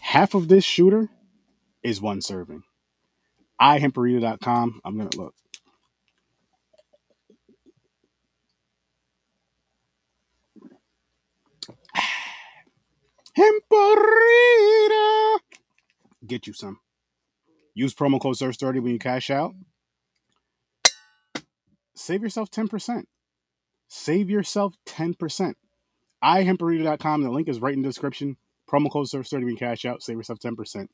Half of this shooter is one serving. ihemperita.com. I'm going to look. Hemperita! Get you some. Use promo code SURF30 when you cash out. Save yourself 10%. Save yourself 10%. ihemperita.com. The link is right in the description. Promo code SURF30 when you cash out. Save yourself 10%.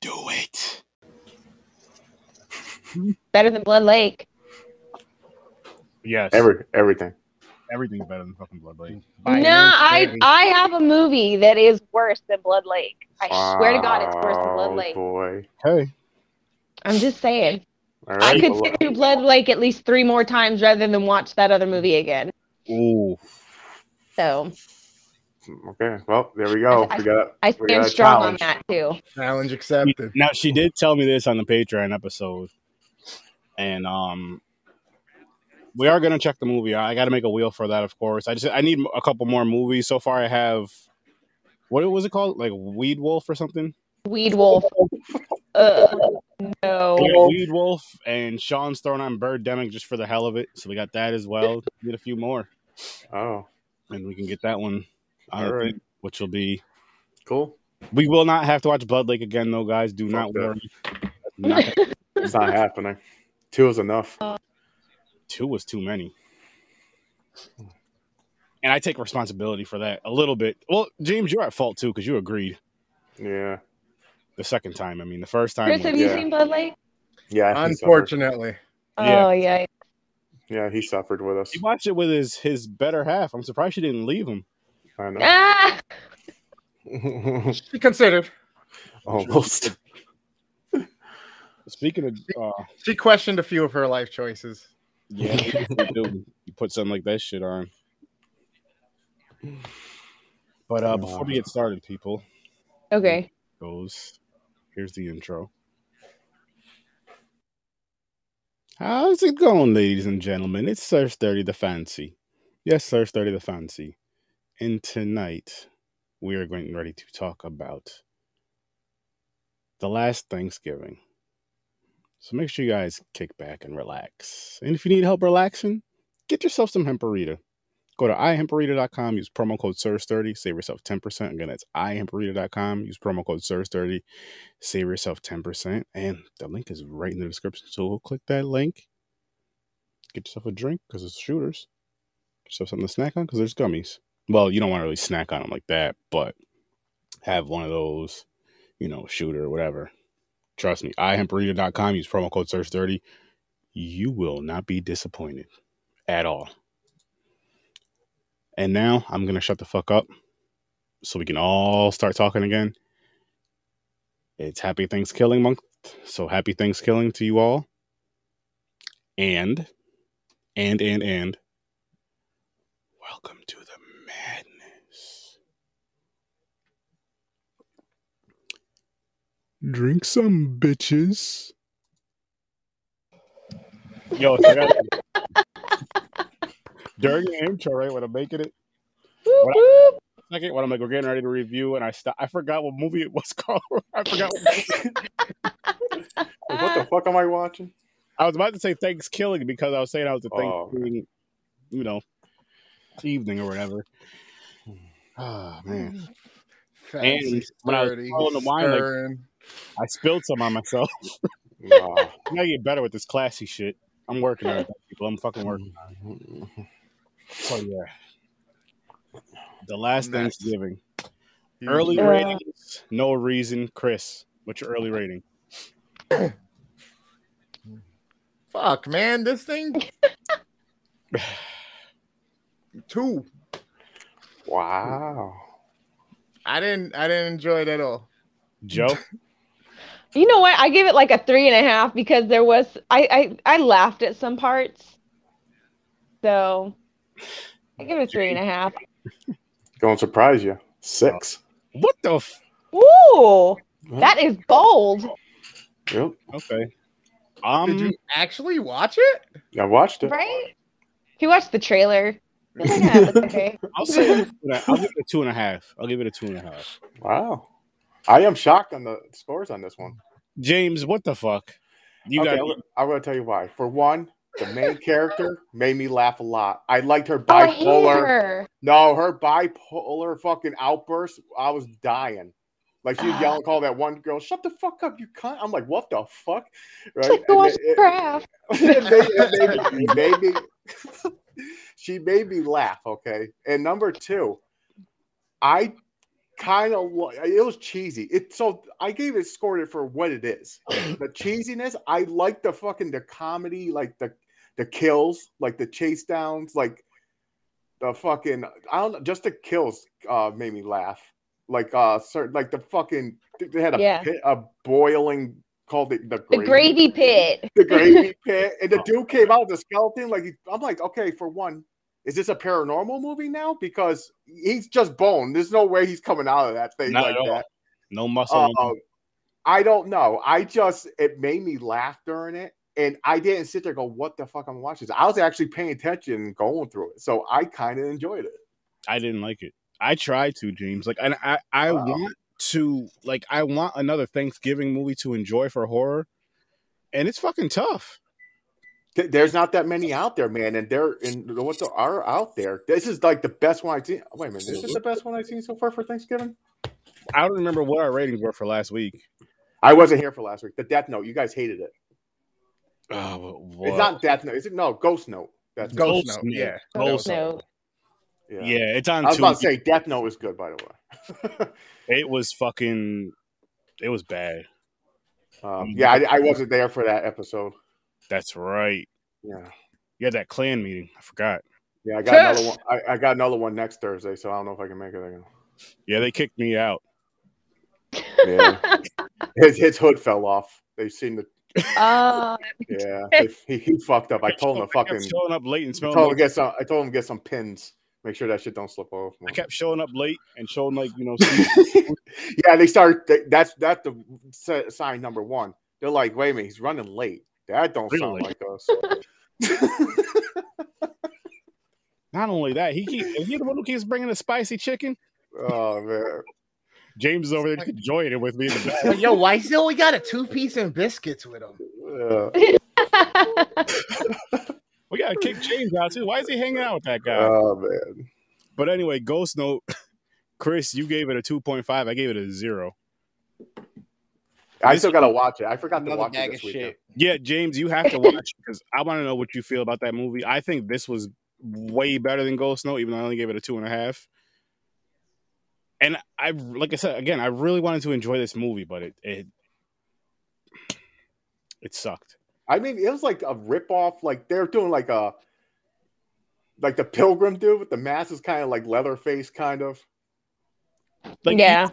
Do it. Better than Blood Lake. Yes. Every everything. Everything's better than fucking Blood Lake. No, I I have a movie that is worse than Blood Lake. I swear to God, it's worse than Blood Wow, Lake. Boy. Hey. I'm just saying. All I right. could well, sit through Blood Lake at least three more times rather than watch that other movie again. Ooh. So okay. Well, there we go. I- We got. I We got stand a strong challenge. on that too. Challenge accepted. Now she did tell me this on the Patreon episode, and um, we are gonna check the movie. I got to make a wheel for that, of course. I just I need a couple more movies. So far, I have what was it called? Like Weed Wolf or something? Weed Wolf. Uh, We no. got Weed Wolf and Sean's throwing on Birdemic just for the hell of it. So we got that as well. Get a few more, Oh, and we can get that one. on All right. Which will be cool. we will not have to watch Blood Lake again though, guys. Do not Okay. worry. Not that It's not happening. Two is enough. two was too many. and I take responsibility for that a little bit. Well, James, you're at fault too because you agreed Yeah. the second time. I mean, the first time, Chris, have you Yeah. seen Blood Lake? Yeah. he suffered. Unfortunately, Yeah. Oh yeah. Yeah, he suffered with us. he watched it with his his better half. I'm surprised she didn't leave him. I know. Ah, she considered. Almost. Speaking of, uh, She questioned a few of her life choices. yeah, dude, you put something like that shit on. But uh, before we get started, people, okay. goes here's the intro. How's it going, ladies and gentlemen? It's Search 30 the Fancy. Yes, Search 30 the Fancy. And tonight we are going ready to talk about the last Thanksgiving. So make sure you guys kick back and relax. And if you need help relaxing, get yourself some hemperita. Go to ihemperita.com, use promo code SURS30, save yourself 10%. Again, that's ihemperita.com, use promo code SURS30, save yourself 10%. And the link is right in the description. So we'll click that link, get yourself a drink because it's shooters, get yourself something to snack on because there's gummies. Well, you don't want to really snack on them like that, but have one of those, you know, shooter or whatever. Trust me, ihemperita.com, use promo code SURS30. You will not be disappointed at all. And now I'm going to shut the fuck up so we can all start talking again. It's happy Thanksgiving month. So happy Thanksgiving to you all. And, and, and, and, welcome to the madness. Drink some bitches. Yo, so I gotta- during the intro, right, when I'm making it, Whoop, whoop. second when I'm like, we're getting ready to review, and I stop. I forgot what movie it was called. I forgot. What what Ah. the fuck am I watching? I was about to say Thanksgiving because I was saying I was a Oh, Thanksgiving, you know, evening or whatever. Oh man, And when I was swallowing the wine, like- stirring. I spilled some on myself. No. I gotta get better with this classy shit. I'm working on it, people. I'm fucking working. So yeah, the last Nice. Thanksgiving. Early Yeah. ratings, no reason. Chris, what's your early rating? Fuck, man, this thing. Two. Wow. I didn't. I didn't enjoy it at all. Joe, You know what? I give it like a three and a half because there was I I, I laughed at some parts. So I give it a three and a half. Going to surprise you. Six. what the? F- Ooh, that is bold. Yep. okay. Did Um, you actually watch it? I watched it. Right? He watched the trailer. It's like, "Ah, that's okay. I'll say I'll give it a two and a half. I'll give it a two and a half. Wow. I am shocked on the scores on this one. James, what the fuck? You okay, got I'm- I'm going to tell you why. For one, the main character made me laugh a lot. I liked her Oh, I hate bipolar. her. No, her bipolar fucking outburst, I was dying. Like she was yelling, call that one girl, shut the fuck up, you cunt. I'm like, what the fuck? It's Right? like the And watch it- it- craft. it made, it made me, it made me- she made me laugh. Okay, and number two, I kind of it was cheesy. It so I gave it scored it for what it is. The cheesiness, I like the fucking the comedy, like the the kills, like the chase downs, like the fucking I don't know, just the kills uh made me laugh. Like uh certain like the fucking they had a Yeah. pit, a boiling called it the The gravy pit. the gravy pit, and the dude came out with a skeleton. Like he- I'm like, okay, for one, is this a paranormal movie now? Because he's just bone. There's no way he's coming out of that thing Not like at all. that. no muscle. Um, I don't know. I just it made me laugh during it, and I didn't sit there and go, "What the fuck I'm watching?" this?" I was actually paying attention and going through it, so I kind of enjoyed it. I didn't like it. I tried to, James. Like, and I, I Wow. want to, like, I want another Thanksgiving movie to enjoy for horror, and it's fucking tough. Th- There's not that many out there, man, and they're and what there are out there. This is like the best one I've seen. Wait a minute, is this the best one I've seen so far for Thanksgiving? I don't remember what our ratings were for last week. I wasn't here for last week. The Death Note, you guys hated it. Oh, well, It's not Death Note. Is it no Uh, Ghost Note? That's Ghost Note. Note, yeah. Ghost Note. No. Yeah. it's on I was two. about to say Death Note is good, by the way. It was fucking. It was bad. Mm-hmm. um, yeah, I, I wasn't there for that episode. That's right. Yeah, You had that clan meeting. I forgot. yeah, I got another Yes. one. I, I got another one next Thursday, so I don't know if I can make it. Again. Yeah, they kicked me out. Yeah, his his hood fell off. They seen the Uh, yeah. they- he, he fucked up. I told him to I kept fucking. showing up late and I smelling. told him like- to get some. I told him to get some pins. Make sure that shit don't slip off. I kept showing up late and showing like you know. some- yeah, they start. They, that's that's the si- sign number one. They're like, wait a minute, he's running late. That don't sound Really? like us. Not only that, he keep, is he the one who keeps bringing the spicy chicken. oh man, James is over there enjoying it with me. In the back. Like, yo, why he only got a two piece and biscuits with him? Uh, Uh, We gotta kick James out too. Why is he hanging out with that guy? oh man, but anyway, Ghost Note. Chris, you gave it a two point five. I gave it a zero. I still gotta watch it. I forgot to Another watch it bag of this weekend. shit. Yeah, James, you have to watch because I want to know what you feel about that movie. I think this was way better than Ghost Note, even though I only gave it a two and a half. And I, like I said again, I really wanted to enjoy this movie, but it it it sucked. I mean, it was like a ripoff. Like they're doing like a like the pilgrim dude with the mask is kind of like Leatherface, kind of. Like, yeah.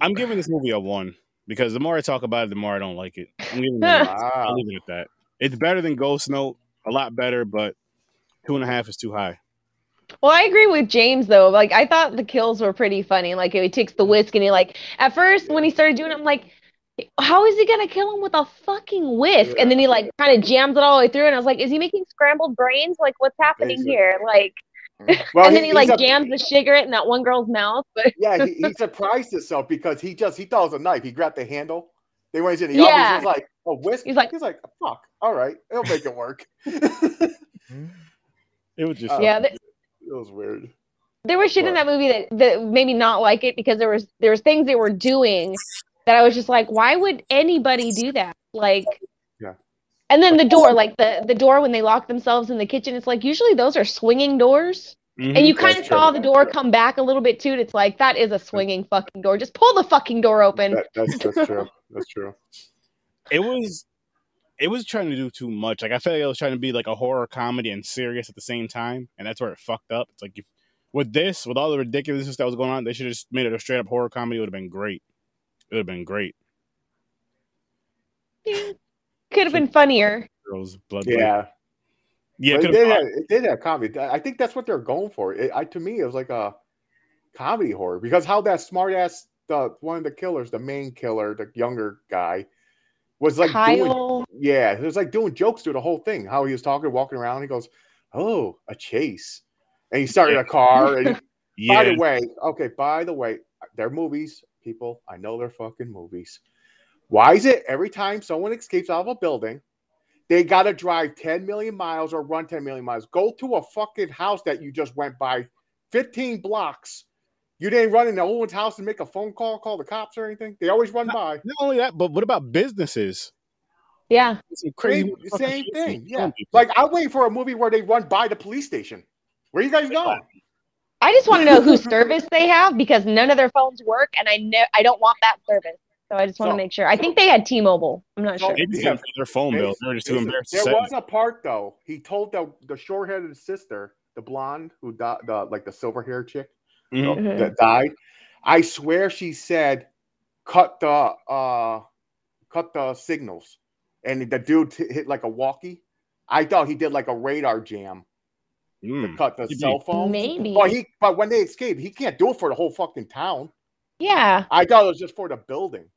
I'm giving this movie a one because the more I talk about it, the more I don't like it. I'm giving it a Wow. I'll leave it at that. It's better than Ghost Note, a lot better, but two and a half is too high. Well, I agree with James though. Like I thought the kills were pretty funny. Like he takes the whisk and he like at first when he started doing it, I'm like, how is he gonna kill him with a fucking whisk? And then he like kind of jams it all the way through, and I was like, is he making scrambled brains? Like what's happening Basically. here? Like, Well, and then he- he he's like a- jams the cigarette in that one girl's mouth. But Yeah, he, he surprised himself because he just he thought it was a knife. He grabbed the handle. They went into the office. Yeah. He was like, "A whisk." He's like- "He's like, fuck. All right, it'll make it work." it Hmm? It was just Uh, yeah, th- was weird. there was shit in that movie that that made me not like it because there was there was things they were doing that I was just like, why would anybody do that? Like, Yeah. And then the door, like the the door when they lock themselves in the kitchen, it's like usually those are swinging doors, Mm-hmm. and you kind of Mm, That's saw true. the door come back a little bit too. And it's like that is a swinging fucking door. Just pull the fucking door open. That, that's that's true. That's true. it was it was trying to do too much. Like I felt like it was trying to be like a horror comedy and serious at the same time, and that's where it fucked up. It's like you With this, with all the ridiculousness that was going on, they should have just made it a straight up horror comedy. It would have been great. It would have been great. Could have been funnier. Girls, blood. Yeah. yeah. It But it, did could have have, it did have comedy. I think that's what they're going for. It, I to me, it was like a comedy horror because how that smart ass the one of the killers, the main killer, the younger guy, was like doing Kyle. yeah, it was like doing jokes through the whole thing. How he was talking, walking around, he goes, "Oh, a chase," and he started a car. And by yeah. the way, okay, by the way, they're movies, people. I know they're fucking movies. Why is it every time someone escapes out of a building, they got to drive 10 million miles or run 10 million miles? Go to a fucking house that you just went by 15 blocks. You didn't run into one's house and make a phone call, call the cops or anything. They always run by. Not only that, but what about businesses? Yeah. Some crazy Same- fucking same shit thing, that's yeah. killing people. Like, I'm waiting for a movie where they run by the police station. Where you guys going? I just want to know whose service they have because none of their phones work, and I know I don't want that service. So I just want So- Oh, to make sure. I think they had T-Mobile. I'm not So- sure. they just didn't pay their phone bill. They were just too Listen, embarrassed to There say. was a part though. He told the the short headed sister, the blonde who died, the like the silver hair chick Mhm. uh, Mhm. that died. I swear she said, "Cut the uh, cut the signals," and the dude t- hit like a walkie. I thought he did like a radar jam, Mm. cut the Could be. cell phone. Maybe. But Oh, he, but when they escaped, he can't do it for the whole fucking town. yeah. I thought it was just for the building.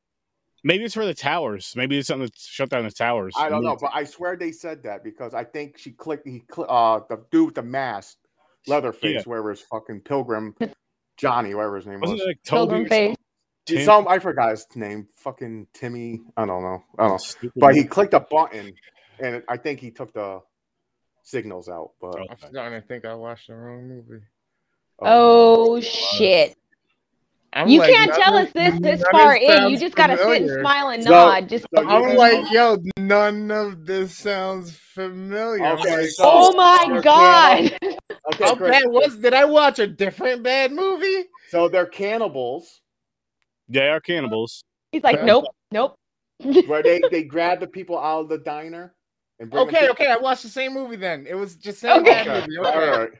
Maybe it's for the towers. Maybe it's something to shut down the towers. Hmm. I don't know, but I swear they said that because I think she clicked. He cl- uh the dude with the mask, Leatherface, Yeah. wherever his fucking pilgrim, Johnny, whatever his name was. Wasn't it like Pilgrim Toby? or face. Tim? Some I forgot his name. Fucking Timmy. I don't know. I don't. know. something? But he clicked a button, and I think he took the signals out. But um, Oh. I'm starting to think I watched the wrong movie. Oh shit! I'm You like, can't none tell of us this this none of far in. You sounds just gotta sit and familiar. smile and So- nod. Just so you- I'm like, yo, none of this sounds familiar. I'm Okay, like, so- oh my god! Okay, how great. bad was? Did I watch a different bad movie? So they're cannibals They are cannibals. He's like, Yeah. nope, nope. where they they grab the people out of the diner and bring them Okay, to- okay, I watched the same movie then. It was just same Okay. bad movie. All Okay. right.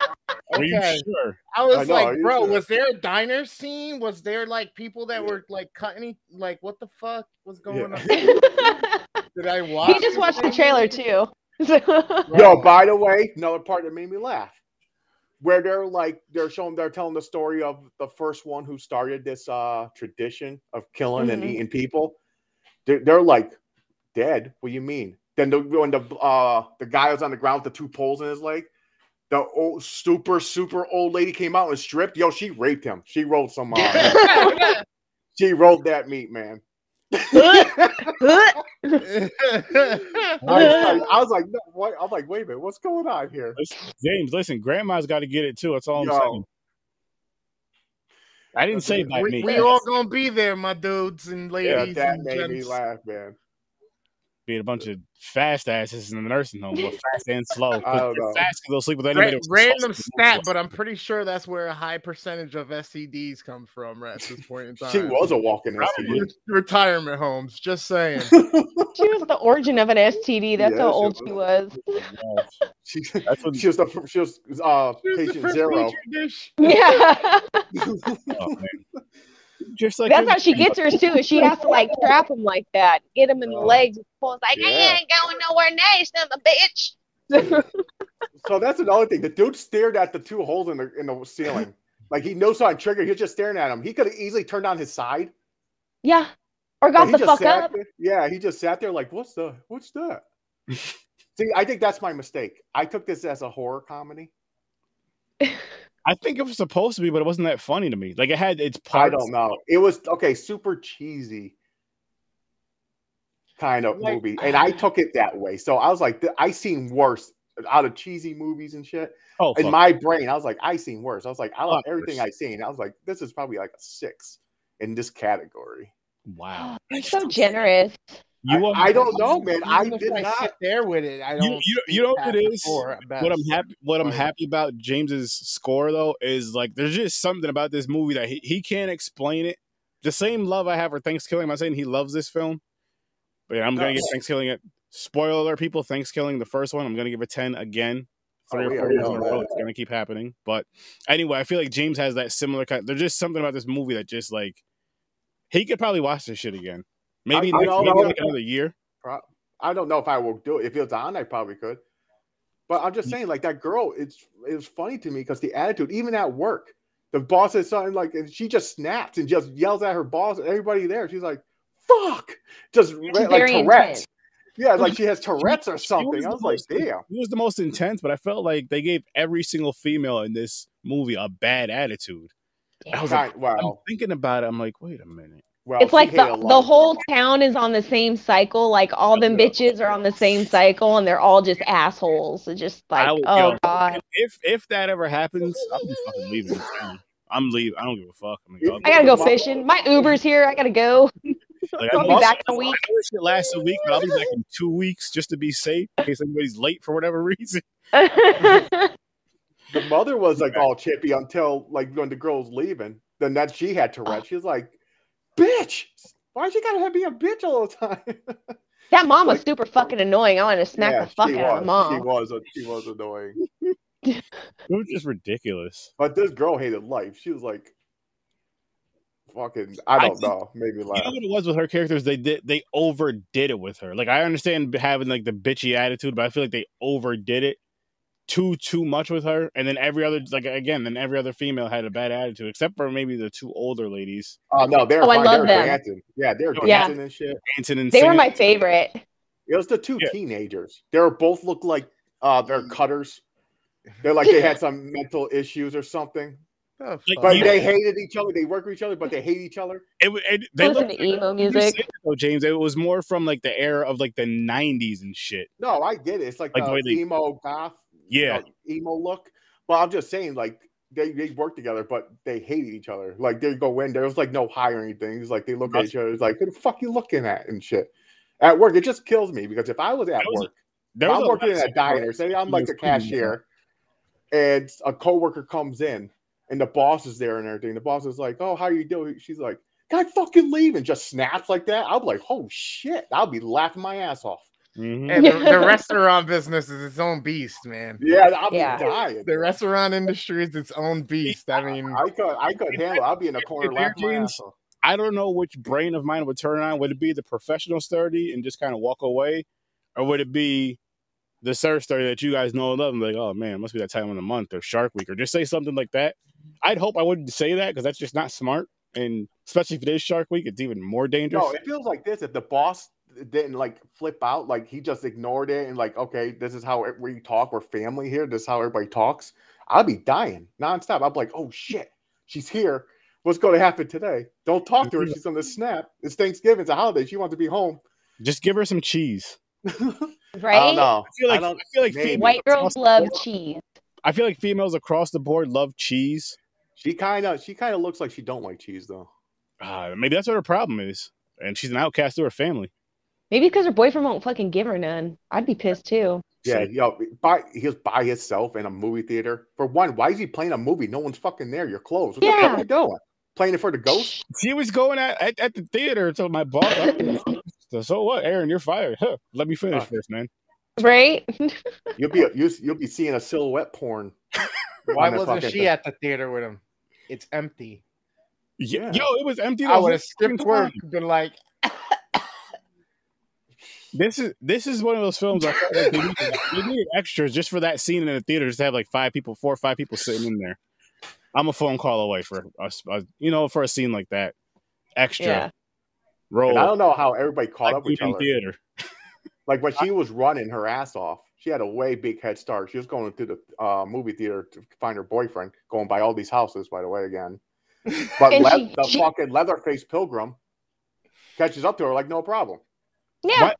Are you okay. sure? I I was know, are like, you bro, sure? was there a diner scene? Was there like people that were like cutting? Like, what the fuck was going on? he Did I watch? just the watched the same trailer movie? too. Yo, by the way, another part that made me laugh, where they're like they're showing they're telling the story of the first one who started this uh tradition of killing and Mhm. eating people. They're, they're like dead. What do you mean? Then the when the uh the guy was on the ground with the two poles in his leg, the old super super old lady came out and stripped. Yo, she raped him. She rolled some. Uh, she rolled that meat, man. I was like, I was like, no, what? I'm like, wait a minute, what's going on here? Listen, James, listen, grandma's got to get it too. That's all I'm Yo. saying. I didn't say by we, me. we all gonna be there, my dudes and Yeah, ladies that and made me gents. laugh, man. Being a bunch of fast asses in the nursing home, but fast and slow. I don't know. Fast because they'll sleep with Ra- anybody. random stat, but I'm pretty sure that's where a high percentage of STDs come from at this point in time. She was a walking Probably. STD. retirement homes. Just saying. she was the origin of an STD. That's Yeah, how she old she was. She, That's what. she was the she was uh, patient zero. Yeah, oh, man. Just like that's your how she gets hers too. is She has to like trap him like that, get him in the Yeah. legs, with poles. Like, Oh. Yeah. I ain't going nowhere next, I'm a bitch. So that's another thing. The dude stared at the two holes in the in the ceiling. Like he knows how to trigger. He was just staring at him. He could have easily turned on his side. yeah, or but got he the just fuck sat up. there- Yeah, he just sat there like, what's the what's that? See, I think that's my mistake. I took this as a horror comedy. I think it was supposed to be, but it wasn't that funny to me. Like it had its I parts. don't know. It was okay, super cheesy kind of Like- movie, and I took it that way. So I was like, th- I seen worse out of cheesy movies and shit. Oh, in fuck. my brain, I was like, I seen worse. I was like, I love Fuck everything worse. I seen. I was like, this is probably like a six in this category. wow. You're so generous. You I, are- I don't know, man. I Even if did not. sit there with it. I don't. You, you, think you know that what it is. before, at What I'm best. happy, what I'm Right. happy about James's score though is like there's just something about this movie that he, he can't explain it. The same love I have for Thanksgiving. I'm not saying he loves this film, but yeah, I'm gonna No. give Thanksgiving a spoiler. alert, People, Thanksgiving the first one. I'm gonna give a ten again. three Oh, or yeah, four yeah. years in a row. It's gonna keep happening. But anyway, I feel like James has that similar kind. There's just something about this movie that just like he could probably watch this shit again. Maybe, I- I next, don't maybe know. like another year. I don't know if I will do it. If it's on, I probably could. But I'm just saying, like that girl, it's it was funny to me because the attitude, even at work, the boss says something like, and she just snaps and just yells at her boss and everybody there. She's like, "Fuck!" Just re- like very Tourette's. intense. Yeah, like she has Tourette's or She something. the I was like, most- "Damn." He was the most intense, but I felt like they gave every single female in this movie a bad attitude. I was like, Right, wow. I'm thinking about it. I'm like, wait a minute. Well, It's she like hit a the, lot. the whole town is on the same cycle. Like all them Yeah. bitches are on the same cycle, and they're all just assholes. It's just like, I would- oh yo, god, If if that ever happens, I'm just fucking leaving. this town. I'm leaving. I don't give a fuck. I'm like, I'll- I gotta go fishing. My Uber's here. I gotta go. like, I'll I'm be also- back in a week. I know this shit lasts a week, but I'll be back in two weeks just to be safe in case anybody's late for whatever reason. The mother was like all chippy until like when the girl's leaving. Then that she had Uh, Tourette. She was like, "Bitch, why you gotta be a bitch all the time?" that mom was Like- super fucking annoying. I want to smack Yeah, the fuck she out of was. the She mom. was. She was annoying. It was just ridiculous. But this girl hated life. She was like, fucking, I I don't think- know. Made me You laugh. know what it was with her characters? They did they overdid it with her. Like I understand having like the bitchy attitude, but I feel like they overdid it too too much with her. And then every other like again, then every other female had a bad attitude, except for maybe the two older ladies, Oh no, they're Oh, I fine. love they're them. dancing. Yeah, they're Oh, Yeah. dancing and shit. dancing and They were singing. my favorite. It was the two Yeah. Mm. teenagers. They were both looked like uh they're cutters. They're like they had some mental issues or something. The Like, But fuck? Uh, you- they hated each other. They worked with each other, but they hate each other. It, wa- it, They they listen looked, to emo you said music. it though, James. It was more from like the era of like the '90s and shit. No, I get it. It's like, Like, the way the they- emo goth, you Yeah, know, emo look. But I'm just saying, like they, they work together, but they hated each other. Like they go in there, it's like no hiring things. Like they look at each other, it's like who the fuck you looking at and shit. At work, it just kills me because if I was at That was- work, there if was I'm a working lot in a of- diner. Say I'm like was the cool, man. cashier, and a coworker comes in, and the boss is there and everything. The boss is like, "Oh, how you doing?" She's like, "Can I fucking leave?" And just snaps like that. I'll be like, "Oh shit!" I'll be laughing my ass off. Mhm. And the, the restaurant business is its own beast, man. Yeah, I'll Yeah. be dying. The restaurant industry is its own beast. I mean, I could, I could handle. it. I'll be in the corner if they're laughing my jeans- ass off. I don't know which brain of mine would turn on. Would it be the professional sturdy and just kind of walk away, or would it be the surf sturdy that you guys know and love? And be like, oh man, it must be that time of the month or Shark Week or just say something like that. I'd hope I wouldn't say that because that's just not smart. And especially if it is Shark Week, it's even more dangerous. No, it feels like this. If the boss didn't like flip out, like he just ignored it and like, okay, this is how we talk. We're family here. This is how everybody talks. I'd be dying nonstop. I'd be like, oh shit, she's here. What's going to happen today? Don't talk to her. She's on the snap. It's Thanksgiving. It's a holiday. She wants to be home. just give her some cheese. I don't Right? know. I feel like I, don't- feel like maybe. females White across girls the love board- cheese. I feel like females across the board love cheese. she kind of she kind of looks like she don't like cheese though. Uh, maybe that's what her problem is, and she's an outcast to her family. Maybe because her boyfriend won't fucking give her none. I'd be pissed too. Yeah, So- yo, by he was by himself in a movie theater. For one, why is he playing a movie? No one's fucking there. You're closed. What the fuck Yeah. are you doing? Playing it for the ghost? She was going at, at, at the theater to my boss. I was like, so, what, Aaron? You're fired. Huh, let me finish Uh, first, man. Right? You'll be you, you'll be seeing a silhouette porn. why on that wasn't fucking she thing. at the theater with him? It's empty. Yeah. yeah. Yo, it was empty. the I whole would have fucking skipped work, time. been like, This is this is one of those films. I felt like they needed, they needed extras just for that scene in the theater. Just to have like five people, four or five people sitting in there. I'm a phone call away for us, you know, for a scene like that. Extra Yeah. roll. And I don't know how everybody caught like up with each in other. theater. Like when she was running her ass off, she had a way big head start. She was going through the uh, movie theater to find her boyfriend, going by all these houses, by the way, again. But And le- she- the she- fucking leather-faced pilgrim catches up to her like no problem. Yeah. What?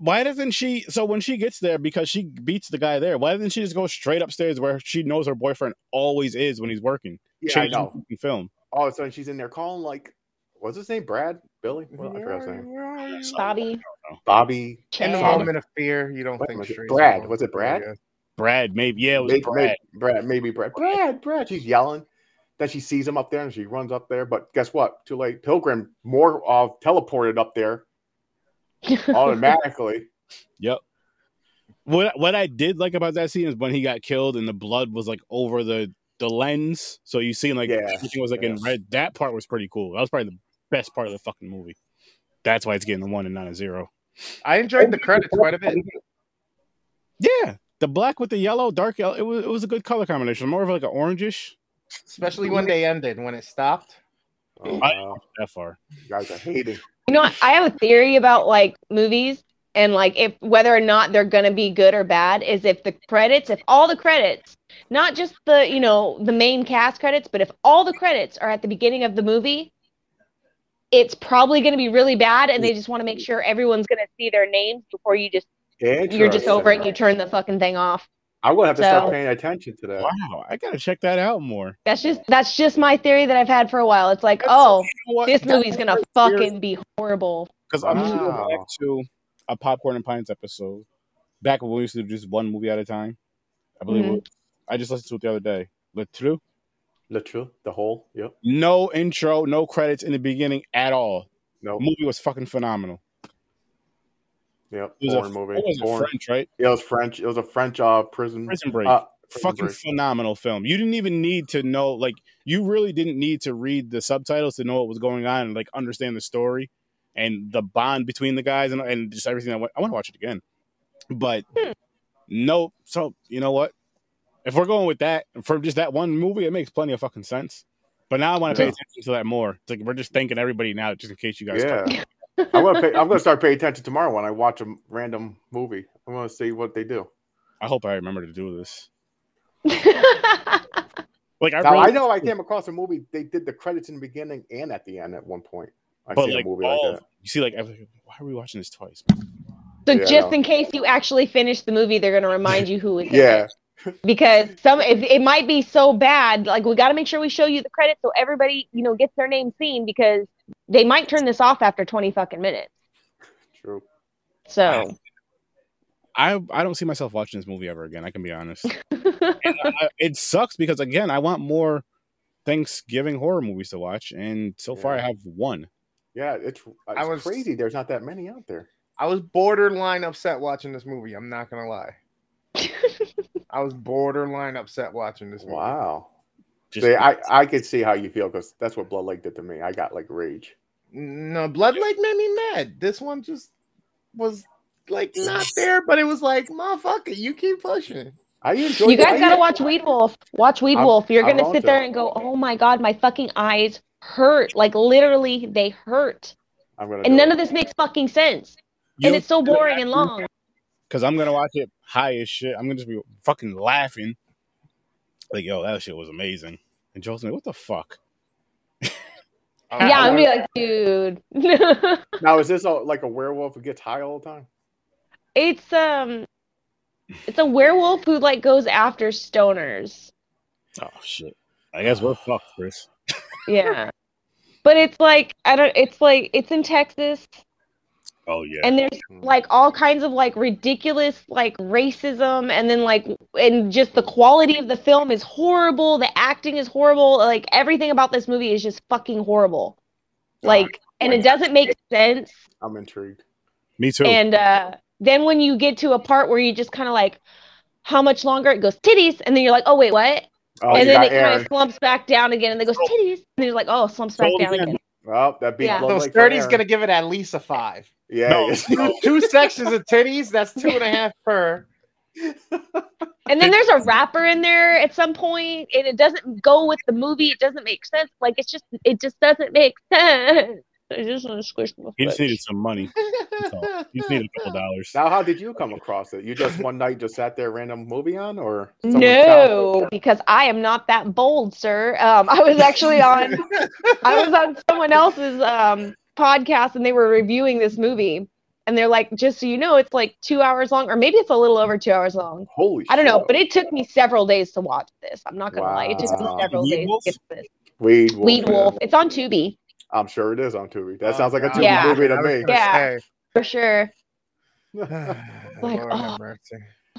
Why doesn't she? So when she gets there, because she beats the guy there, why doesn't she just go straight upstairs where she knows her boyfriend always is when he's working? Yeah, Changing I know. the film. All of a sudden, Oh, she's in there calling like, what's his name? Brad, Billy, Well, I forgot his name. Bobby. Bobby, in the Chad. Sorry. moment of fear, you don't Wait a think minute, straight. Brad, was it Brad? Yeah. Brad, maybe. Yeah, it was maybe, Brad. Brad. Brad, maybe Brad. Brad, Brad. She's yelling. Then she sees him up there and she runs up there. But guess what? Too late. Pilgrim more of teleported up there automatically. Yep. what what I did like about that scene is when he got killed and the blood was like over the the lens, so you see like Yeah, everything was like in yeah. red. That part was pretty cool. That was probably the best part of the fucking movie. That's why it's getting a one and not a zero. I enjoyed the credits quite a bit. Yeah, the black with the yellow, dark yellow. It was it was a good color combination. More of like an orangish. Especially when they ended, when it stopped. Oh, I- wow. That far. You guys are hating. You know, I have a theory about like movies and like if whether or not they're gonna be good or bad is if the credits, if all the credits, not just the you know the main cast credits, but if all the credits are at the beginning of the movie, it's probably gonna be really bad, and they just want to make sure everyone's gonna see their names before you just you're just Interesting. over it and you turn the fucking thing off. I'm gonna have to start So- paying attention to that. Wow, I gotta check that out more. That's just that's just my theory that I've had for a while. It's like, oh, this movie's gonna fucking be horrible. because I'm gonna go Wow. back to a popcorn and pines episode. Back when we used to do just one movie at a time, I believe. it Mhm. was I just listened to it the other day. But true, The truth, the whole. Yep. no intro, no credits in the beginning at all. No. The movie was fucking phenomenal. Yep. It was Foreign a, movie. It was a Foreign. French, right? Yeah, it was French. It was a French uh, prison. Prison Break. Uh, Prison fucking Break. phenomenal film. You didn't even need to know, like, you really didn't need to read the subtitles to know what was going on and like understand the story and the bond between the guys and, and just everything. That went, I want to watch it again, but no. So you know what? If we're going with that for just that one movie, it makes plenty of fucking sense. But now I want to pay Yeah. attention to that more. It's like we're just thanking everybody now, just in case you guys. Yeah. I'm gonna pay, I'm gonna start paying attention tomorrow when I watch a random movie. I'm gonna see what they do. I hope I remember to do this. yeah, Like I, now really, I know I came across a movie. They did the credits in the beginning and at the end at one point. I but seen like, a movie all, like that. you see, like, I was like, why are we watching this twice? So Yeah, I just know. in case you actually finish the movie, they're gonna remind you who is Yeah. because some if it might be so bad. Like we got to make sure we show you the credit so everybody you know gets their name seen because they might turn this off after twenty fucking minutes. True. So I I don't see myself watching this movie ever again. I can be honest. I- it sucks because again, I want more Thanksgiving horror movies to watch, and so far I Yeah. have one. Yeah. It's, it's I was- crazy. There's not that many out there. I was borderline upset watching this movie. I'm not gonna lie. I was borderline upset watching this movie. Wow. Just see, I I could see how you feel because that's what Blood Lake did to me. I got like rage. No, Blood Lake made me mad. This one just was like not there, but it was like, motherfucker, you keep pushing. I enjoyed. you guys I- gotta watch Weed Wolf. Watch Weed I'm- Wolf. You're I'm gonna on sit to there it. and go, oh my god, my fucking eyes hurt. Like literally, they hurt. I'm gonna. And do none it. of this makes fucking sense. and it's so boring and long. because I'm gonna watch it high as shit. I'm gonna just be fucking laughing. Like yo, that shit was amazing. And Joel's like, what the fuck? Yeah, I'm gonna be like, dude. Now is this a, like a werewolf who gets high all the time? it's um it's a werewolf who like goes after stoners. Oh shit. I guess we're fucked, Chris. Yeah. But it's like I don't it's like it's in Texas Oh yeah. and there's Mm-hmm. like all kinds of like ridiculous like racism and then like and just the quality of the film is horrible, the acting is horrible, like everything about this movie is just fucking horrible. Like and it doesn't make sense I'm intrigued. Me too. And uh, then when you get to a part where you just kind of like, how much longer? It goes titties, and then you're like, oh wait, what? Oh, and you then got it kind Aaron. of slumps back down again, and then it goes titties, and then you're like, oh, slumps back Sold down again. again. Well, that beat Yeah. Blood so Lake for Sturdy's Aaron. gonna give it at least a five. Yeah. No, yes. Two sections of titties, that's two and a half per. And then there's a rapper in there at some point, and it doesn't go with the movie. It doesn't make sense. Like it's just, it just doesn't make sense. I just want to squish my he just foot. needed some money. That's all. He Oh, just needed a couple dollars. Now, how did you come across it? You just one night just sat there, random movie on, or someone No, because I am not that bold, sir. Um, I was actually on I was on someone else's um, podcast and they were reviewing this movie. And they're like, just so you know, it's like two hours long, or maybe it's a little over two hours long. Holy! I don't know, shit. but it took me several days to watch this. I'm not gonna lie, it took me Wow. several Weed days Wolf? to get to this. Weed Wolf. Weed yeah. Wolf, it's on Tubi I'm sure it is on Tubi. That Oh, sounds like a God. Tubi Yeah. movie to I was me. gonna Yeah. say. for sure. Like, Lord oh. have mercy.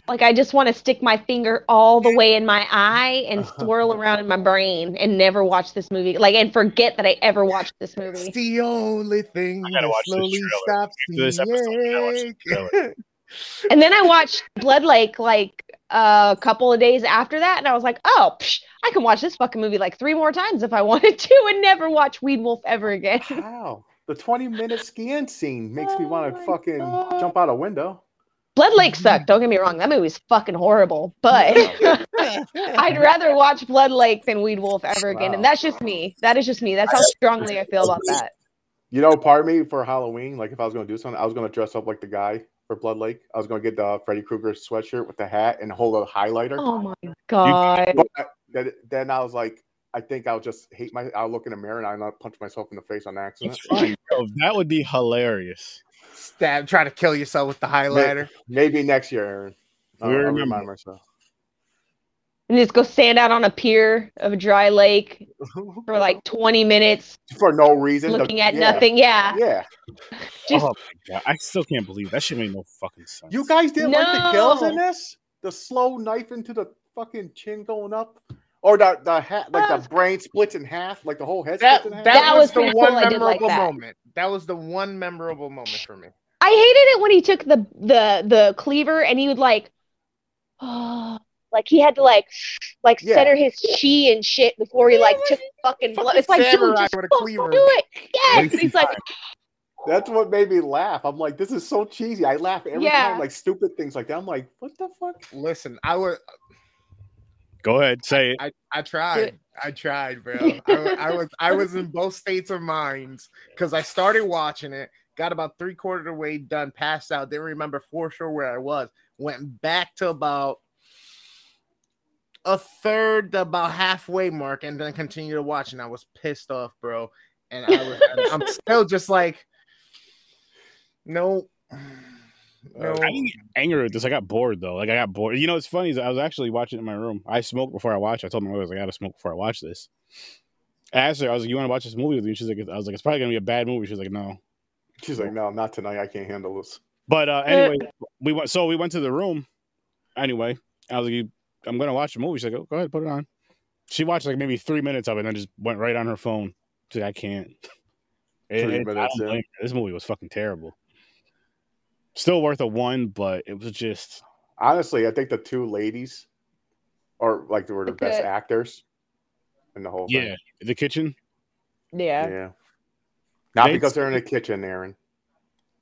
Like I just want to stick my finger all the way in my eye and swirl around in my brain and never watch this movie. Like and forget that I ever watched this movie. It's the only thing gotta that watch this slowly trailer. stops After this episode, I gotta watch this the ache. And then I watched Blood Lake like a couple of days after that, and I was like, oh, psh, I can watch this fucking movie like three more times if I wanted to, and never watch Weed Wolf ever again. Wow. The 20 minute skiing scene makes me Oh want my to fucking God. jump out a window. Blood Lake sucked. Don't get me wrong, that movie's fucking horrible, but I'd rather watch Blood Lake than Weed Wolf ever again, and Wow. that's just me. That is just me. That's how strongly I feel about that. You know, part of me for Halloween, like if I was going to do something, I was going to dress up like the guy for Blood Lake. I was going to get the Freddy Krueger sweatshirt with the hat and hold a highlighter. Oh my god. But I, then, then I was like, I think I'll just hate my. I'll look in the mirror and I'll not punch myself in the face on accident. That's fine. Yo, that would be hilarious. Stab, try to kill yourself with the highlighter. Maybe next year, Aaron. I'll, We I'll remember. remind myself. And just go stand out on a pier of a dry lake for Uh-huh. like 20 minutes for no reason. the- looking at yeah, nothing. Yeah. Yeah, Just oh my god, I still can't believe that shit made no fucking sense. you guys didn't like the kills in No. this. The slow knife into the fucking chin going up, or the the hat like the That's- brain splits in half, like the whole head That, splits in that, half. That was, was the pretty cool, one I did memorable like that. moment. That was the one memorable moment for me. I hated it when he took the the the cleaver and he would like oh like he had to like like Yeah. center his chi and shit before he like took fucking blood. Fucking It's like dude, samurai just with a fucking cleaver. do it. Yes. And he's like That's what made me laugh. I'm like, this is so cheesy. I laugh every Yeah. time, like stupid things like that. I'm like, what the fuck? Listen, I was Go ahead, say it. I, I tried. I tried, bro. I, wa- I was I was in both states of mind because I started watching it, got about three quarter of the way done, passed out, didn't remember for sure where I was, went back to about a third to about halfway mark, and then continued to watch, and I was pissed off, bro. And I was and I'm still just like, no, no. Uh, I didn't get angry with this. I got bored though. Like I got bored. You know, it's funny. Is I was actually watching it in my room. I smoked before I watched. I told my wife, I was like, I gotta smoke before I watch this. I asked her, I was like, you want to watch this movie with me? She's like, I was like, it's probably gonna be a bad movie. She's like, no. She's like, no, not tonight. I can't handle this. But uh, anyway, we went. So we went to the room. Anyway, I was like, "You- I'm gonna watch the movie. She's like, oh, go ahead, put it on. She watched like maybe three minutes of it and then just went right on her phone. She's like, I can't. It- Three it- I don't minutes in. blame her. This movie was fucking terrible. Still worth a one, but it was just Honestly, I think the two ladies are like they were the best Okay. actors in the whole yeah. thing. The kitchen. yeah. Yeah. Not They- because they're in the kitchen, Aaron.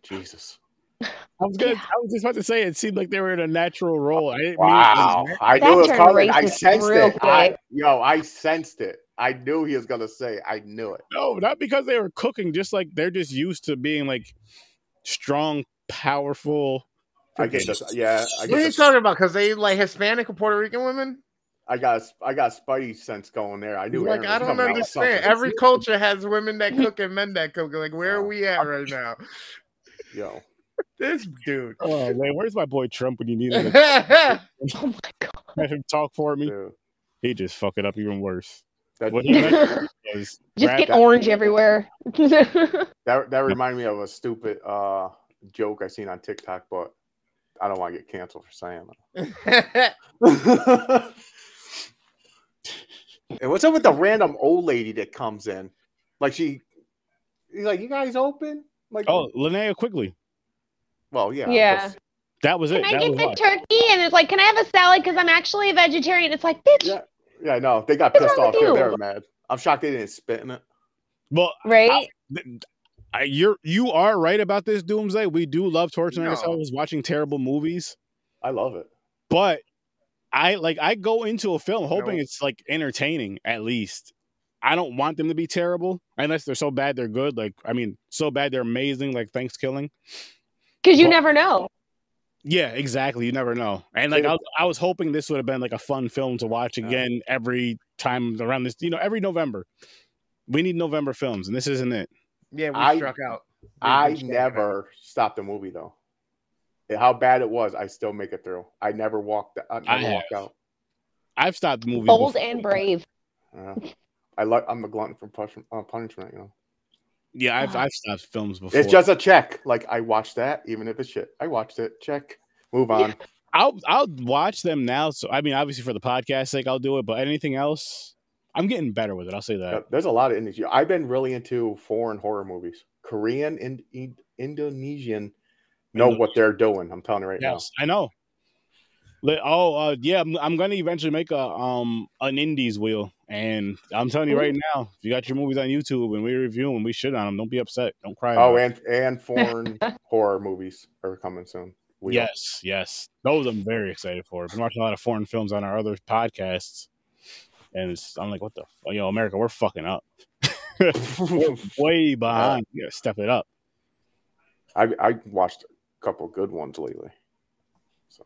Jesus. I was gonna. Yeah. I was just about to say it seemed like they were in a natural role. I didn't Wow. mean it was- I That knew it was turned coming. I racist sensed real it. I, quick. yo, I sensed it. I knew he was going to say it. I knew it. no, not because they were cooking. Just like they're just used to being like strong, powerful. I get this. Yeah. I What are you get this. talking about? Because they like Hispanic or Puerto Rican women? I got, I got Spidey sense going there. I knew like Aaron I was don't coming out with understand. something. Every culture has women that cook and men that cook. Like where are we at right now? Yo. This dude. Oh man, where's my boy Trump when you need him? to That's Oh my god. Have him talk for me. Dude. He just fuck it up even worse. That, What he that, meant was Just Brad- get orange everywhere. that, reminded me of a stupid uh, joke I seen on TikTok, but I don't want to get canceled for saying it. and what's up with the random old lady that comes in? Like she, he's like, "You guys open?" Like, oh Linnea quickly. well, yeah, I Yeah. guess. That was it. Can I That get was the us. turkey? And it's like, can I have a salad? Because I'm actually a vegetarian. It's like, bitch, Yeah. yeah. No, they got What's pissed wrong off with too. you? They were mad. I'm shocked they didn't spit in it. well, right? th- I, you're you are right about this doomsday. We do love torturing No. ourselves watching terrible movies. I love it. but I like I go into a film hoping No. it's like entertaining at least. I don't want them to be terrible unless they're so bad they're good. Like I mean, so bad they're amazing. Like Thanksgiving. Because you Well- never know. Yeah, exactly. You never know. And Say like the- I was, I was hoping this would have been like a fun film to watch Yeah. again every time around this. You know, every November. We need November films, and this isn't it. yeah, we I- struck out. We I struck out. never stopped the movie though. And How bad it was, I still make it through. I never walked. I I never have. walked out. I've stopped movies. Bold before. and brave. Yeah. Uh-huh. I like. I'm a glutton for punish- uh, punishment. You know, Yeah, I've, Ah. I've stopped films before. it's just a check. Like I watched that, even if it's shit. I watched it. Check. Move on. I'll I'll watch them now. So I mean, obviously for the podcast sake, I'll do it. But anything else, I'm getting better with it. I'll say that. Yeah, there's a lot of Indonesia. I've been really into foreign horror movies, Korean and in, Indonesian, know what they're doing. I'm telling you right Yes, I know. Li- Oh, uh, yeah, I'm, I'm gonna eventually make a um an indies wheel, and I'm telling you right now, if you got your movies on YouTube and we review them, we shit on them. Don't be upset. Don't cry. now. Oh, about it. and and foreign horror movies are coming soon. We yes, yes, those I'm very excited for. I've been watching a lot of foreign films on our other podcasts, and it's, I'm like, what the, f- you know, America, we're fucking up. we're way behind. You gotta step it up. I I watched a couple good ones lately. So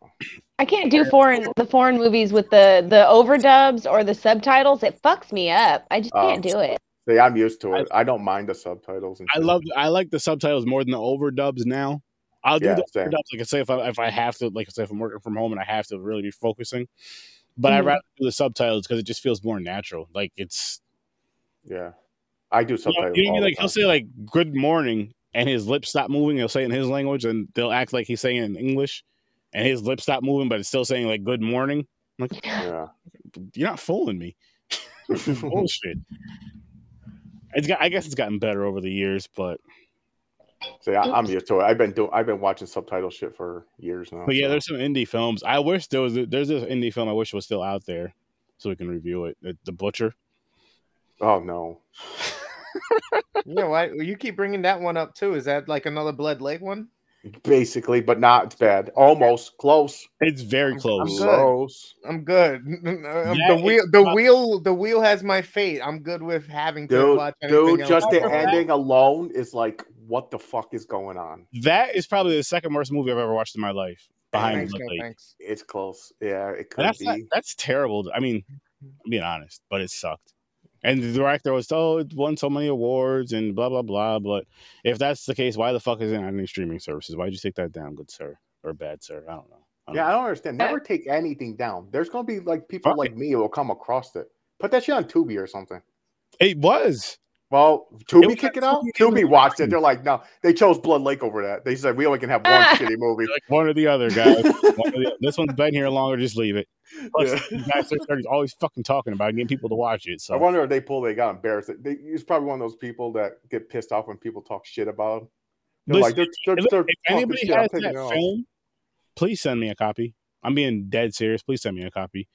I can't do foreign the foreign movies with the the overdubs or the subtitles. It fucks me up. I just can't Oh. do it. see, I'm used to it. I, don't mind the subtitles. And I shit. love I like the subtitles more than the overdubs now. I'll do Yeah, the same. overdubs like I say if I if I have to like I say if I'm working from home and I have to really be focusing. But I'd Mm-hmm. Mhm. rather do the subtitles because it just feels more natural. Like it's Yeah, I do you know, subtitles. you know, all the like he'll time. say like good morning and his lips stop moving, he'll say it in his language and they'll act like he's saying it in English and his lips stop moving, but it's still saying like good morning. yeah. You're not fooling me. This is bullshit. It's got I guess it's gotten better over the years, but See, I, I'm used to it. I've been doing. I've been watching subtitle shit for years now. But yeah, so. there's some indie films. I wish there was. There's this indie film I wish was still out there, so we can review it. The- The Butcher. Oh no. You know what? You keep bringing that one up too. Is that like another Blood Lake one? Basically, but not bad. Almost close. It's very I'm close. good. Close. I'm good. Um, That the is wheel, the tough. wheel, the wheel has my fate. I'm good with having to Dude, watch anything dude, else. just the After that- ending alone is like, what the fuck is going on? That is probably the second worst movie I've ever watched in my life. Behind Thanks, Blood no Lake. thanks. It's close. Yeah, it And could that's be. not, that's terrible. I mean, I'm being honest, but it sucked. And the director was oh, it won so many awards and blah blah blah. But if that's the case, why the fuck is it on any streaming services? Why'd you take that down, good sir or bad sir? I don't know. I don't yeah, know. I don't understand. Never take anything down. There's gonna be like people Fuck like me who will come across it. Put that shit on Tubi or something. it was. Well, It Tubi was kick on it out. Tubi in the Tubi watched beginning. it. They're like, no, they chose Blood Lake over that. They said we only can have one Ah. shitty movie. Like one or the other, guys. One or the- this one's been here longer. Just leave it. Plus, Yeah. these guys are always fucking talking about it, getting people to watch it. I So wonder if they pull. They got embarrassed. They, he's probably one of those people that get pissed off when people talk shit about him. They're Listen, like, they're, they're, if, they're if talking anybody shit, I'm has taking that it off. film, please send me a copy. I'm being dead serious. Please send me a copy,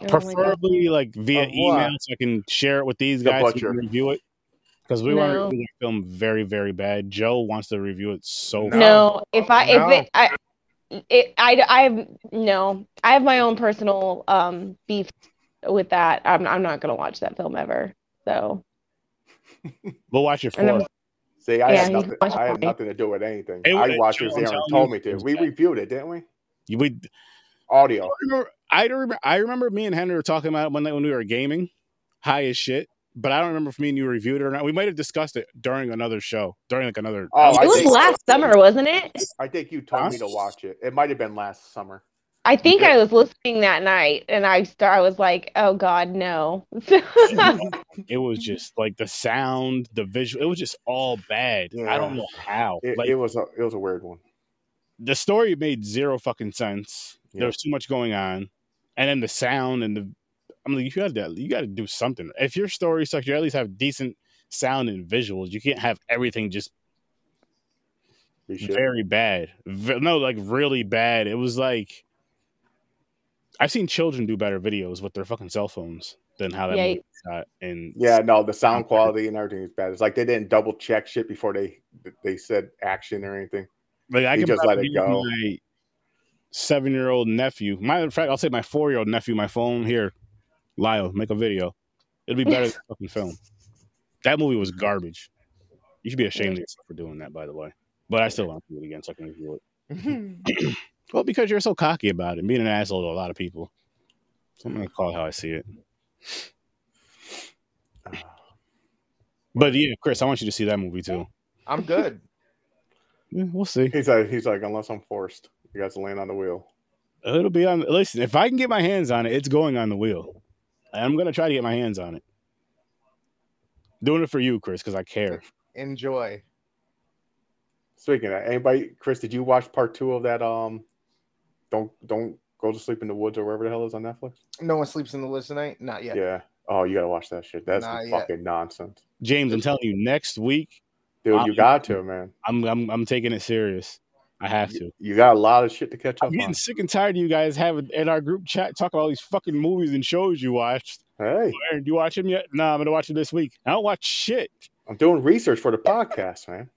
Oh my God. preferably like via Of what? email, so I can share it with these The guys so we Butcher. can review it. Because we No. want to review that film very, very bad. Joe wants to review it so. No. No, if I No. if it I. It, I, I have no I have my own personal um beef with that I'm I'm not gonna watch that film ever so We'll watch it for. And I'm- it. See, I Yeah, had he's nothing. watching I had Friday. nothing to do with anything. It was- I watched it. I'm Aaron telling told you, me it to. was We bad. reviewed it, didn't we? We, Audio. I remember, I remember. I remember me and Henry were talking about it one night when we were gaming, high as shit. But I don't remember if me and you reviewed it or not. We might have discussed it during another show, during like another. Oh, I it was think- last summer wasn't it I think you told me to watch it. It might have been last summer. I think I was listening that night and I start I was like oh god no Uh, it was Mm-hmm. just like the sound, the visual. It was just all bad. I don't Yeah. know how. It, like it was a it was a weird one. the story made zero fucking sense. Yeah. There was too much going on, and then the sound and the. I'm like, you got to you got to do something. If your story sucks, you at least have decent sound and visuals. You can't have everything just You should. very bad. Ve- no, like really bad. It was like I've seen children do better videos with their fucking cell phones than how that Yeah. movie was shot. And Yeah, no, the sound quality and everything is bad. It's like they didn't double check shit before they they said action or anything. like I You can just let probably it give go. my seven year old nephew. My in fact, I'll say my four year old nephew. My phone here, Lyle, make a video. It'll be better than the fucking film. That movie was garbage. You should be ashamed of yourself for doing that, by the way. But I still want to do it again so I can review it. Well, because you're so cocky about it, being an asshole to a lot of people. So I'm gonna call it how I see it. But yeah, Chris, I want you to see that movie too. I'm good. Yeah, we'll see. He's like he's like unless I'm forced, you guys land on the wheel. It'll be on. Listen, if I can get my hands on it, it's going on the wheel. And I'm gonna try to get my hands on it. Doing it for you, Chris, because I care. Enjoy. Speaking of that, anybody, Chris, did you watch part two of that? Um, don't don't go to sleep in the woods or wherever the hell is on Netflix. No one sleeps in the woods tonight. Not Yeah. yet. Oh, you gotta watch that shit. That's Not yet. fucking nonsense, James, I'm telling you, next week dude. Um, you got to man. I'm I'm I'm taking it serious. I have to. You got a lot of shit to catch up I'm getting on. sick and tired of you guys having in our group chat talk about all these fucking movies and shows you watched. Hey, Aaron, do you watch them yet? No, I'm gonna watch them this week. I don't watch shit. I'm doing research for the podcast, man.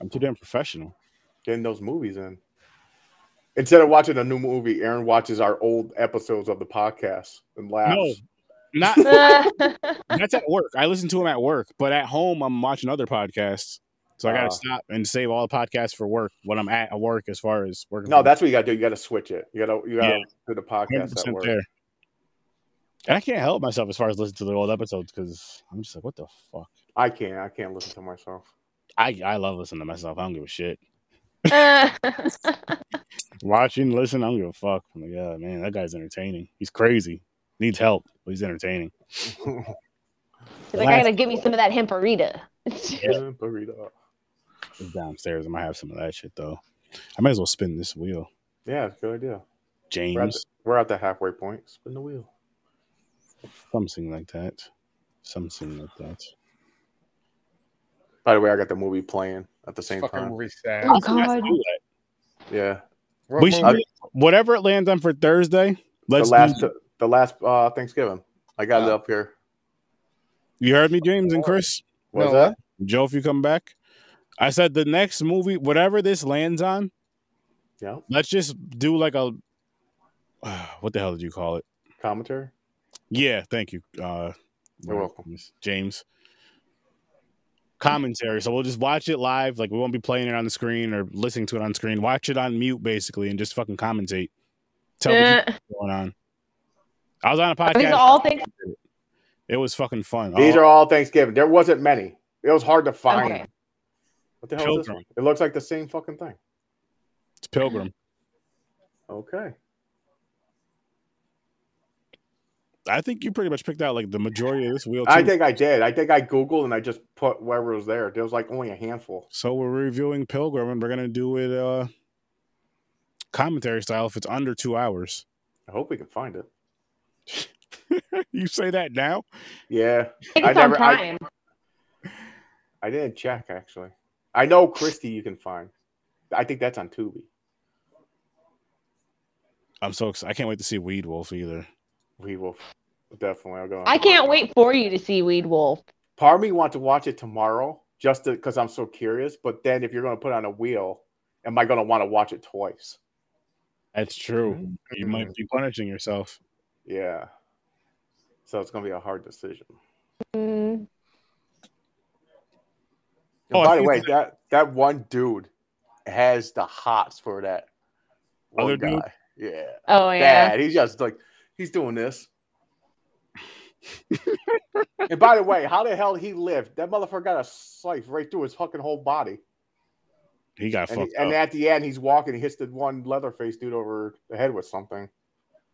I'm too damn professional. Getting those movies in. Instead of watching a new movie, Aaron watches our old episodes of the podcast and laughs. No, not uh, That's that's at work. I listen to them at work, but at home I'm watching other podcasts. So I gotta Ah. stop and save all the podcasts for work when I'm at work as far as working. No, from- that's what you gotta do. You gotta switch it. You gotta you gotta Yeah. do the podcast at 100% work. there. And I can't help myself as far as listening to the old episodes because I'm just like, what the fuck? I can't. I can't listen to myself. I, I love listening to myself. I don't give a shit. Watching, listen, I don't give a fuck. I'm like, yeah, man, that guy's entertaining. He's crazy. Needs help, but he's entertaining. like I gotta give me some of that hemperita. Yeah, burrito. It's downstairs. I might have some of that shit though. I might as well spin this wheel. Yeah, it's a good idea. We're at, the, James. we're at the halfway point. Spin the wheel. Something like that. Something like that. By the way, I got the movie playing at the This same fucking time. movie sad. Oh, We should God. do that. Yeah. What We should movie? whatever it lands on for Thursday, let's the last do- the last uh Thanksgiving. I got it up here. you heard me, James and Chris? What's No, that? Joe, if you come back. I said the next movie, whatever this lands on, Yeah. let's just do like a what the hell did you call it? Commentary? Yeah, thank you. Uh You're welcome. James. Commentary. So we'll just watch it live. Like we won't be playing it on the screen or listening to it on screen. Watch it on mute basically and just fucking commentate. Tell me Uh, what's going on. I was on a these podcast. are all things. it was fucking fun. Oh, These All- are all Thanksgiving. There wasn't many. It was hard to find. Okay. What the hell is this Pilgrim. one? It looks like the same fucking thing. it's Pilgrim. Okay. I think you pretty much picked out like the majority of this wheel. I too. think I did. I think I Googled and I just put wherever was there. There was like only a handful. So we're reviewing Pilgrim, and we're gonna do it uh commentary style if it's under two hours. I hope we can find it. you say that now? Yeah. I think I it's on never- I- Prime. I didn't check actually. I know Christie you can find. I think that's on Tubi. I'm so excited. I can't wait to see Weed Wolf either. We will definitely. I'll go. I can't wait for you to see Weed Wolf. Part of me wants to watch it tomorrow just because I'm so curious. But then if you're going to put it on a wheel, am I going to want to watch it twice? That's true. You might be punishing yourself. Yeah. So it's going to be a hard decision. Mm, And Oh, I by the think way, that that one dude has the hots for that one Other guy. dude? Yeah. Oh yeah. Bad. He's just like he's doing this. and by the way, how the hell he lived? That motherfucker got a slice right through his fucking whole body. He got And, he- fucked and up. at the end, he's walking. He hits the one leather faced dude over the head with something.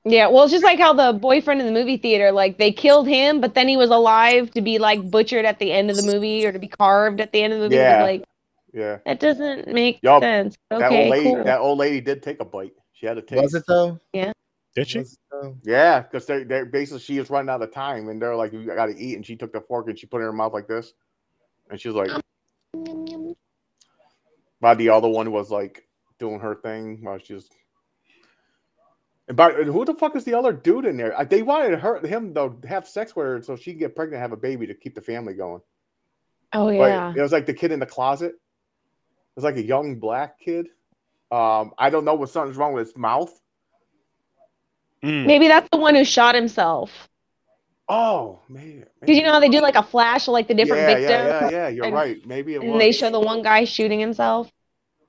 Yeah, well, it's just like how the boyfriend in the movie theater, like they killed him, but then he was alive to be like butchered at the end of the movie or to be carved at the end of the movie. It's Yeah. Like Yeah. that doesn't make Yup. sense. that Okay, old lady. cool. That old lady did take a bite. She had a taste. Was it though? Did she? Was it though? Yeah, because they they basically she was running out of time, and they're like, "You got to eat," and she took the fork and she put it in her mouth like this, and she's like, Yum, yum. But the other one was like doing her thing while she's. And by and who the fuck is the other dude in there? Uh, They wanted her him to have sex with her so she can get pregnant, and have a baby to keep the family going. Oh But yeah. it was like the kid in the closet. It was like a young black kid. Um, I don't know what something's wrong with his mouth. Mm. Maybe that's the one who shot himself. Oh man! Because you know how they do like a flash of like the different yeah, victims, Yeah, yeah, yeah. You're and- right. Maybe it was. and they show the one guy shooting himself.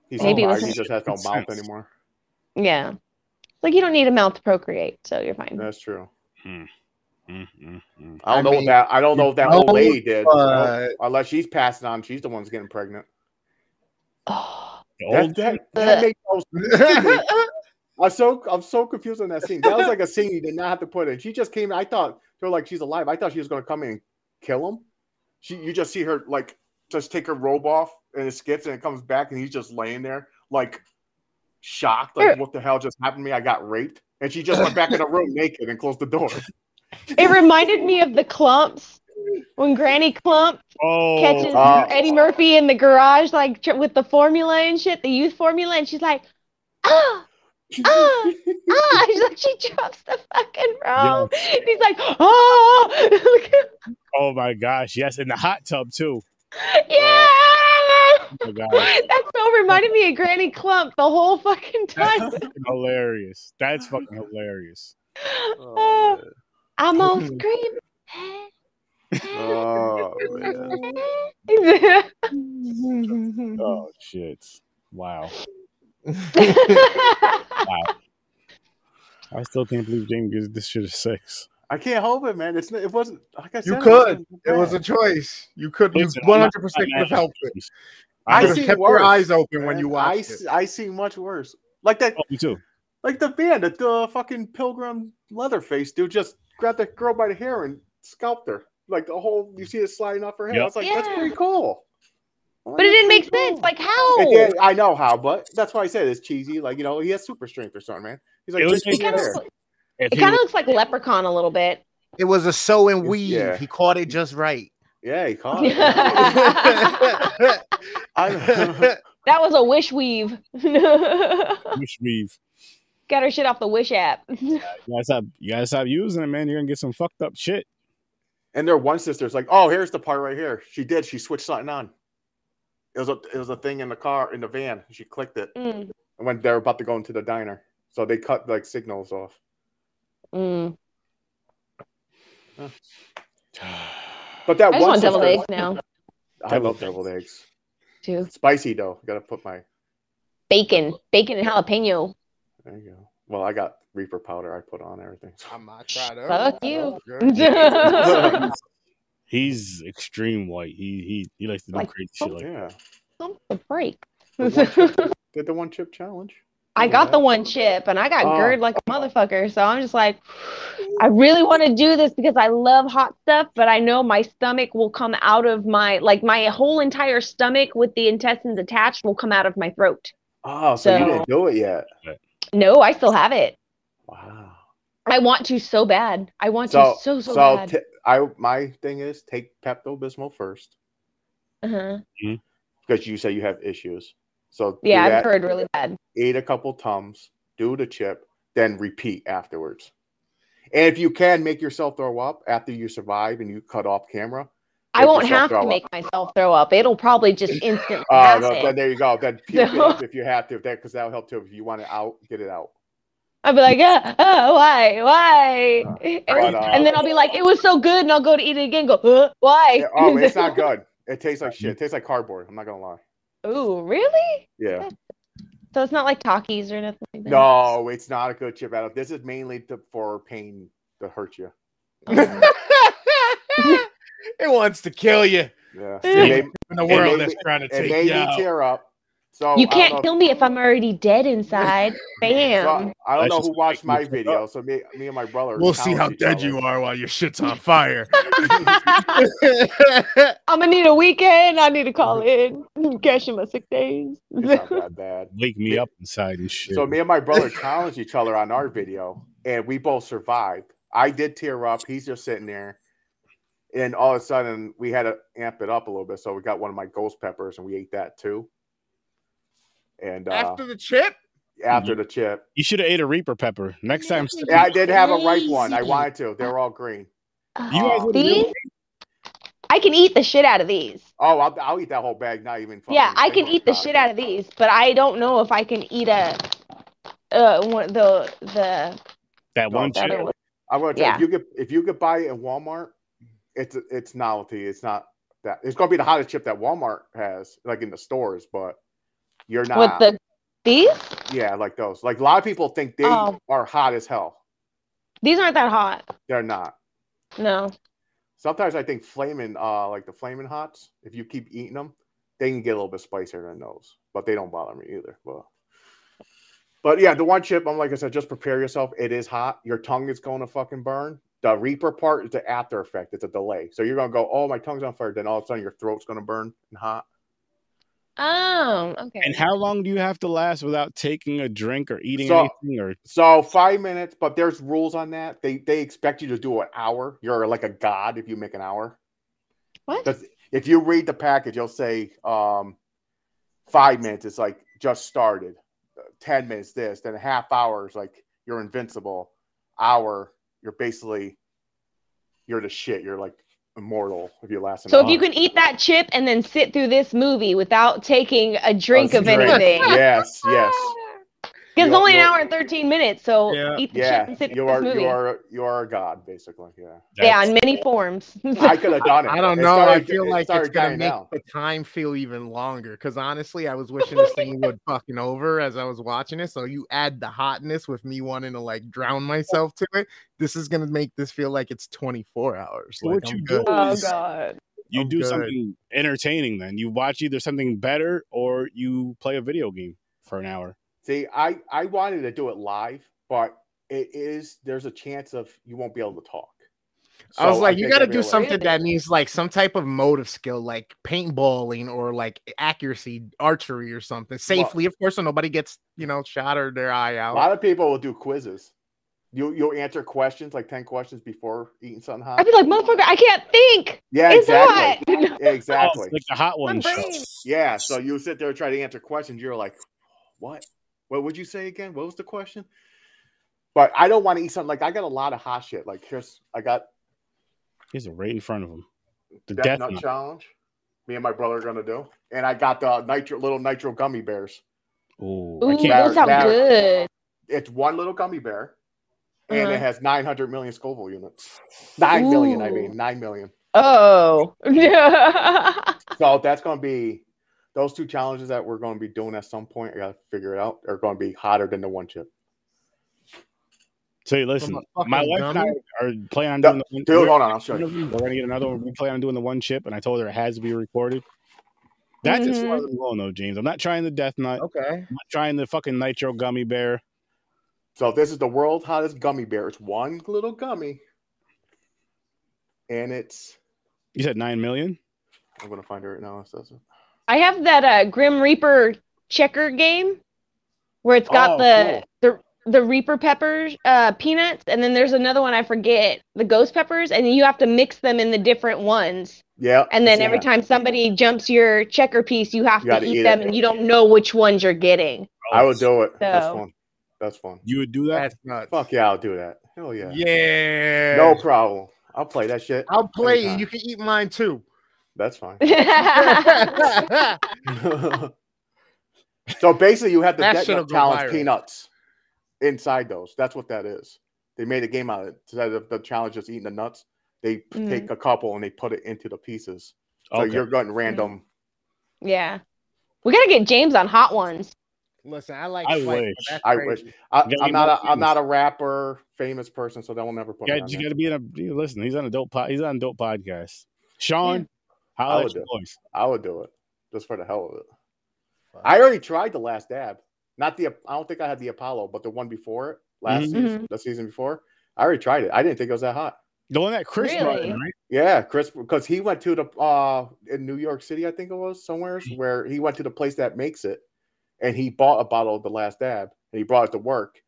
He's maybe it alive, was he just has no Makes mouth sense. anymore. Yeah, It's like you don't need a mouth to procreate, so you're fine. That's true. Mm, mm, mm. I don't I know mean, what that. I don't know if that no, old lady did. uh, but- Unless she's passing on, she's the one's getting pregnant. Oh, The That, old that, Ugh. that makes no sense. I'm so I'm so confused on that scene. That was like a scene you did not have to put in. She just came. I thought they were like she's alive. I thought she was going to come in and kill him. She you just see her like just take her robe off and it skips and it comes back and he's just laying there like shocked like Sure. what the hell just happened to me? I got raped. And she just went back in the room naked and closed the door. it reminded me of the clumps when Granny Clump Oh, catches Oh. Eddie Murphy in the garage, like tr- with the formula and shit, the youth formula, and she's like, ah, Oh, ah, ah. She's like, she drops the fucking roll. And he's like, oh, oh my gosh, yes, in the hot tub too. yeah. Oh my God. That so reminded me of Granny Clump the whole fucking time. That's fucking hilarious. That's fucking hilarious. Oh, man. I'm on scream. Oh, man. Oh shit! Wow, wow. I still can't believe James gives this shit a six. I can't help it, man. It's not, it wasn't like I said. You it could. wasn't It was a bad. choice. You could. You Listen, I'm one not- hundred percent I'm could have not- helped it. I I I just see kept your worse, eyes open when Man, you I watched see, it. I see much worse. Like that, me too. like the band, the, the fucking pilgrim leatherface dude just grabbed that girl by the hair and scalped her. Like the whole, you see it sliding off her head. Yep. I was like, that's Yeah. pretty cool. But it didn't make sense. Oh. Like It how? did- I know how, but that's why I said it's cheesy. Like you know, he has super strength or something, man. He's like, It was just It keep making kind of it there. If it he kind of was- looks like Leprechaun a little bit. It was a sew and It's- weave. yeah. He caught it just right. yeah, he caught it. that I, was a wish weave. Got wish we've her shit off the Wish app. you gotta stop, you gotta stop using it, man. You're gonna get some fucked up shit. and their one sister's like, oh, here's the part right here. She did. She switched something on. It was a it was a thing in the car in the van. She clicked it Mm, and when they're about to go into the diner. So they cut like signals off. mm. But that I just one want sister, deviled eggs now I love deviled eggs. too. Spicy though. Gotta put my Bacon, bacon and jalapeno. there you go. Well, I got Reaper powder I put on everything. I'm not trying to. Fuck you. yeah. He's extreme white. He he he likes to do Like, crazy shit like Something to break. The one chip- Did the one chip challenge? I got the one chip and I got Oh. GERD like a motherfucker. So I'm just like, I really want to do this because I love hot stuff, but I know my stomach will come out of my, like, my whole entire stomach with the intestines attached will come out of my throat. Oh, so, you So- didn't do it yet. No, I still have it. Wow. I want to so bad. I want So to so, so so bad. t- I my thing is take Pepto Bismol first uh-huh. because you say you have issues. So do Yeah, I've that, heard really bad. eat a couple tums, do the chip, then repeat afterwards. And if you can make yourself throw up after you survive and you cut off camera, I Make won't yourself have throw to up. make myself throw up. It'll probably just instantly uh, pass no, it. then there you go. Then puke it No. up if you have to, that because that'll help too. If you want it out, get it out. I'll be like, ah, ah, why, why? and, but, uh, and then I'll be like, it was so good, and I'll go to eat it again. Go, "Huh? why? Yeah, Oh, it's not good. It tastes like shit. It tastes like cardboard. I'm not gonna lie. Ooh, really? Yeah. So it's not like Takis or nothing like that. No, it's not a good chip at all. This is mainly to, for pain to hurt you. it wants to kill you. Yeah. Yeah. And they, In the It world made that's me- trying to it take made you me out. tear up. So You I don't know can't if- kill me if I'm already dead inside. so Bam. I don't That's know just who watched making my me tear video. So me, me and my brother. We'll see how challenged each dead other. you are while your shit's on fire. I'm gonna need a weekend. I need to call in. Cash in my sick days. It's not that bad. wake me up inside and shit. So me and my brother challenged each other on our video, and we both survived. I did tear up. He's just sitting there, and all of a sudden we had to amp it up a little bit. So we got one of my ghost peppers, and we ate that too. And uh, after, After the chip, the chip, you should have ate a Reaper pepper next time. You yeah, I did have a ripe one. I wanted to. They were all green. guys Oh. would have These, Uh, I can eat the shit out of these. Oh, I'll, I'll eat that whole bag. Not even. Yeah, I can eat the shit out of these, but I don't know if I can eat a uh one, the the that No, one the that chip. other one. I'm gonna tell Yeah. you, if you could if you could buy it in Walmart, it's it's novelty. It's not that it's gonna be the hottest chip that Walmart has, like in the stores, but you're not with the these? yeah, like those. Like a lot of people think they Oh. are hot as hell. These aren't that hot. They're not. No. Sometimes I think flaming uh like the flaming hots, if you keep eating them, they can get a little bit spicier than those, but they don't bother me either. But but yeah, the one chip, I'm like I said, just prepare yourself. It is hot. Your tongue is going to fucking burn. The Reaper part is the after effect. It's a delay. So you're gonna go, oh, my tongue's on fire. Then all of a sudden, your throat's gonna burn and hot. Oh, okay. And how long do you have to last without taking a drink or eating So- anything? Or So five minutes, but there's rules on that. They they expect you to do an hour. You're like a god if you make an hour. What? That's, if you read the package, you'll say um, five minutes. It's like just started. Uh, Ten minutes. This. Then a half hour is like you're invincible. Hour. You're basically you're the shit. You're like immortal if you last. an So if you hour. can eat that chip and then sit through this movie without taking a drink A of drink. anything, Yes. Yes. because it's You'll- only an you'll- hour and thirteen minutes, so Yeah. eat the chip Yeah. and sit You through this are. movie. You are. You are a god, basically. Yeah. yeah, in many forms. I could have done it. I don't It know. I started- feel it like it's started gonna dying make down. the time feel even longer. Because honestly, I was wishing this thing would fucking over as I was watching it. So you add the hotness with me wanting to like Oh. drown myself to it. This is gonna make this feel like it's 24 hours. Like, What I'm you good. do- oh god. You I'm do good. something entertaining then. You watch either something better or you play a video game for an hour. See, I I wanted to do it live, but it is there's a chance of you won't be able to talk. I was So like, you think got to I'll be do able to- something that needs like some type of motive skill, like paintballing or like accuracy, archery or something safely, of course, so nobody gets you know shot or their eye A out. lot of people will do quizzes. You you'll answer questions like ten questions before eating something hot. I'd be like, motherfucker, I can't think. yeah, it's exactly, hot. exactly. Oh, like the hot My ones. brain. Yeah, so you sit there and try to answer questions. You're like, what? What would you say again? What was the question? But I don't want to eat something like I got a lot of hot shit. Like here's I got He's right in front of him. The Death, death, Nut Nut. Challenge. Me and my brother are gonna do, and I got the nitro little nitro gummy bears. Ooh, I Ooh, can't. Bar- those sound bar- good. It's one little gummy bear, and Uh-huh. it has 900 million Scoville units. Nine million, I Ooh. mean, nine million. Oh. So that's gonna be those two challenges that we're gonna be doing at some point. I gotta figure it out. Are gonna be hotter than the one chip. So you listen, From a my fucking wife and I gummy? are planning on No, doing the one. Dude, we're, hold on, I'll show you. we're gonna get another one. We plan on doing the one chip, and I told her it has to be recorded. That's just one of them alone, though, James. I'm not trying the death nut. Okay, I'm not trying the fucking nitro gummy bear. So this is the world's hottest gummy bear. It's one little gummy, and it's You said nine million. I'm gonna find it right now. It says it. I have that uh, Grim Reaper checker game where it's got Oh, the the the Reaper peppers, uh, peanuts, and then there's another one I forget, the ghost peppers, and you have to mix them in the different ones. Yeah. And then it's- every time somebody jumps your checker piece, you have You to gotta eat, eat it. them, and you don't know which ones you're getting. I would do it. That's So- fun. That's fun. You would do that. that's nuts. Fuck yeah, I'll do that. Hell yeah. yeah. No problem. I'll play that shit. I'll play. Anytime. You can eat mine too. That's fine. That's that so basically, you have the That Death shit'll Nut go Challenge viral. peanuts inside those. That's what that is. They made a game out of it. Instead of the challenge just eating the nuts, they p- Mhm. take a couple and they put it into the pieces. So Okay. you're getting random. yeah, we gotta get James on hot ones. Listen, I like. I fights, but wish. that's I crazy. I, gotta I'm be not. more A, I'm not a rapper, famous person, so that will never put You me got on you there. to be in a. you listen, he's on a dope. Po- he's on a dope podcast. Sean, Yeah. holla I at would your do boys. I would do it just for the hell of it. I already tried the last dab. Not the I don't think I had the Apollo, but the one before it, last Mhm. season, the season before. I already tried it. I didn't think it was that hot. The one that Chris brought in, Really? right? Yeah, Chris, because he went to the uh in New York City, I think it was somewhere where he went to the place that makes it, and he bought a bottle of the last dab, and he brought it to work,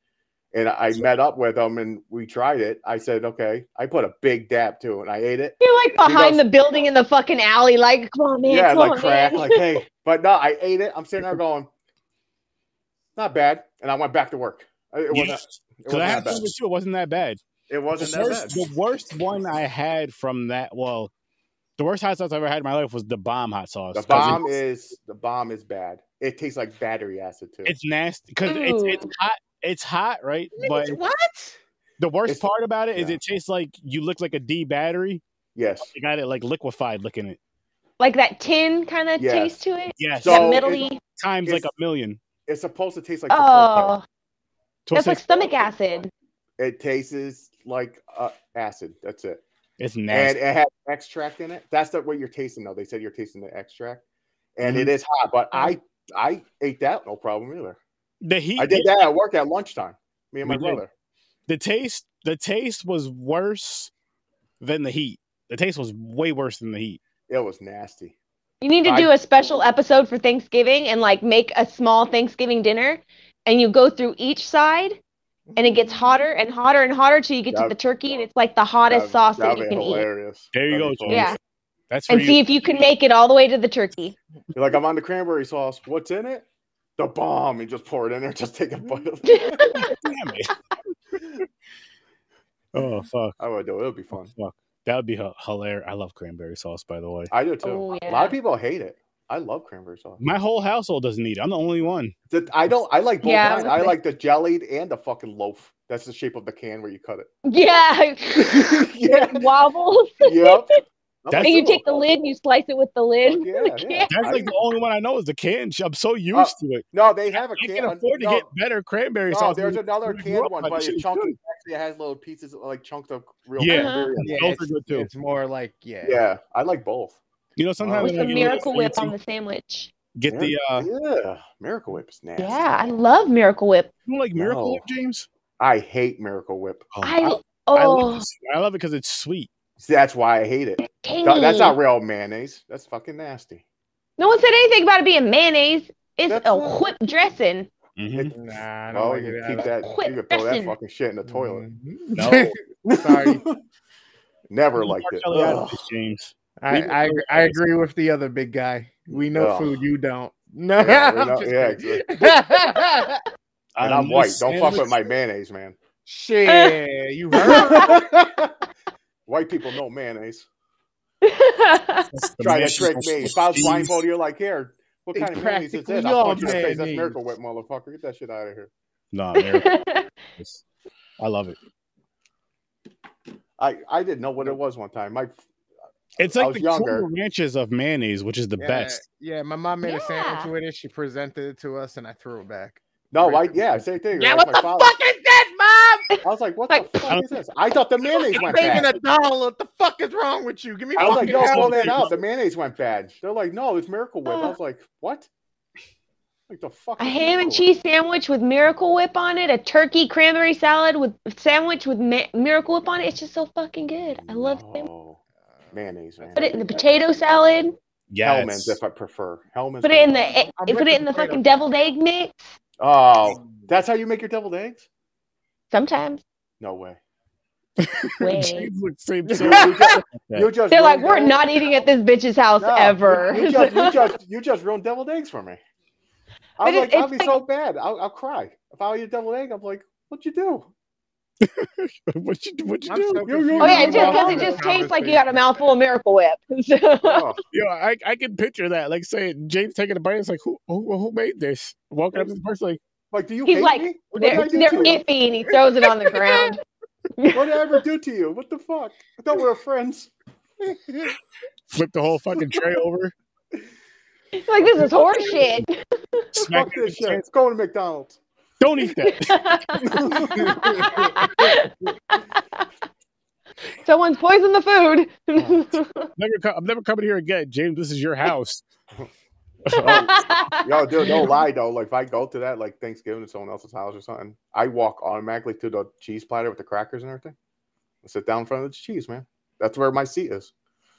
and I met up with him, and we tried it. I said, okay, I put a big dab too, and I ate it. You're like behind goes- the building in the fucking alley, like, come on, man, yeah, come like on, crack, man. like hey, but no, I ate it. I'm sitting there going, not bad, and I went back to work. Uh, It wasn't. Yeah. It Because I wasn't had that bad. number two. It wasn't that bad. It wasn't the that worst, bad. the worst one I had from that. Well, the worst hot sauce I ever had in my life was the bomb hot sauce. The 'cause it- bomb is the bomb is bad. It tastes like battery acid too. it's nasty because it's, it's Ooh. hot. It's hot, right? But what? the worst It's- part about it is yeah. it tastes like you look like a D battery. yes. You got it like liquefied looking it. Like that tin kind of Yes. taste to it. Yes, So- that it- metally. times like a it's- million. It's supposed to taste like Chipotle. Oh, So it's, that's like stomach acid. it tastes like uh, acid. That's it. it's And nasty. it has extract in it. That's not what you're tasting though. They said you're tasting the extract. And Mm-hmm. it is hot, but I I ate that no problem either. the heat, I did that at work at lunchtime. Me and my We did. brother. the taste, the taste was worse than the heat. The taste was way worse than the heat. It was nasty. You need to I- do a special episode for Thanksgiving and like make a small Thanksgiving dinner, and you go through each side, and it gets hotter and hotter and hotter till you get to That- the turkey, and it's like the hottest That'd- sauce that that'd you be can eat. hilarious. There you That'd go, be James. Yeah, hilarious. That's for and see you. if you can make it all the way to the turkey. You're like, I'm on the cranberry sauce. What's in it? The bomb. And just pour it in there. Just take a bite of it. Damn it. oh fuck, I would do it. It'll be fun. fuck. That would be h- hilarious. I love cranberry sauce, by the way. I do too. Oh, A lot yeah. of people hate it. I love cranberry sauce. My whole household doesn't eat it. I'm the only one. The- I don't. I like both. Yeah, kinds. I'm I with it. like the jellied and the fucking loaf. That's the shape of the can where you cut it. yeah. yeah. It wobbles. Yep. That's- and you take the lid and you slice it with the lid. Fuck yeah, Like, yeah. That's I- like the only one I know is the can. sh- I'm so used to it. No, they have a I can. can afford to no, get better cranberry no, sauce. there's than- another we canned grew up one, on but shit, it's chunky. too. Actually, it has little pieces, like chunks of real Uh-huh. Yeah. cranberry. in it. Yeah, Those are it's- good, too. It's more like yeah, Yeah, I like both. You know, sometimes With I a get a miracle little whip fancy, on the sandwich. get the uh, yeah, Miracle Whip is nasty. Yeah, I love miracle whip. you don't like miracle No. whip, James. I hate Miracle Whip. Oh, I I oh love, it. I love it because it's sweet. See, that's why I hate it. Th- tangy. that's Mm. not real mayonnaise. That's fucking nasty. No one said anything about it being mayonnaise. It's That's a not- whip dressing. Mhm. Nah, I don't Oh, like you it. Mm. can I keep don't- that. Quit You can throw that pressing. fucking shit in the toilet. No. Sorry. Never liked it. Marcello Ugh. has this, James. I, Leave it I alone, I guys. agree with the other big guy. We know Ugh. food, you don't. No, Yeah, we I'm know- just yeah, kidding. And On I'm white. this Don't fuck sandwich- with my mayonnaise, man. Shit, you heard? White people know mayonnaise. That's The Try to mashed trick potatoes me. with If I was cheese. blindfolded, you're like, here, what They kind of mayonnaise is this? practically I'll are punch you in the face. That's mayonnaise. Miracle Whip, motherfucker. Get that shit out of here. Nah, Miracle Whips. I love it. I, I didn't know what it was one time. My It's I like was the younger. younger. ranches of mayonnaise, which is the Yeah, best. Yeah, my mom made a Yeah. sandwich with it. She presented it to us, and I threw it back. no, I Miracle yeah, same thing. Yeah, Like what my the father. fuck is that, mom? I was like, what Like- the fuck is this? I thought the mayonnaise I'm went saving bad. a dollar. What the fuck is wrong with you? Give me I was like, fucking yo, pull help. that out. The mayonnaise went bad. They're like, no, it's Miracle Whip. I was like, what? Like the fuck? A is ham and Miracle Whip? cheese sandwich with Miracle Whip on it, a turkey cranberry salad with sandwich with ma- Miracle Whip on it. It's just so fucking good. I love sandwich. No. mayonnaise. Man. Put it in the potato salad. Yes. Hellman's if I prefer. Hellman's. Put it in would the be e- I'm put with it in the the potato. fucking deviled egg mix. good. Oh, that's how you make your deviled eggs? Sometimes. No way. Way. James looks same You, too. you just, Yeah. you just They're like, ruined we're deviled- not eating at this bitch's house No, ever. You just, you just, you just ruined deviled eggs for me. I But was it- like, I'll it's be like- so bad. I'll, I'll cry if I eat a deviled egg. I'm like, what'd you do? what you what you I'm do? You- you- so confused. oh yeah, just Well, because it just tastes like you got a mouthful of Miracle Whip. Oh, Yo, I, I can picture that. Like saying James taking a bite, it's like who who, who made this? Walking up to the person like like, do you He's hate like, me? What did, they're I do they're to you? iffy, and he throws it on the ground. what did I ever do to you? What the fuck? I thought we were friends. flip the whole fucking tray over, He's like this is horse shit. smack Fuck it in the this shit. chest. It's going to McDonald's. Don't eat that. Someone's poisoned the food. Never co- I'm never coming here again, James. This is your house. Yo, dude, no lie though. Like if I go to that like Thanksgiving at someone else's house or something, I walk automatically to the cheese platter with the crackers and everything. I sit down in front of the cheese, man. That's where my seat is.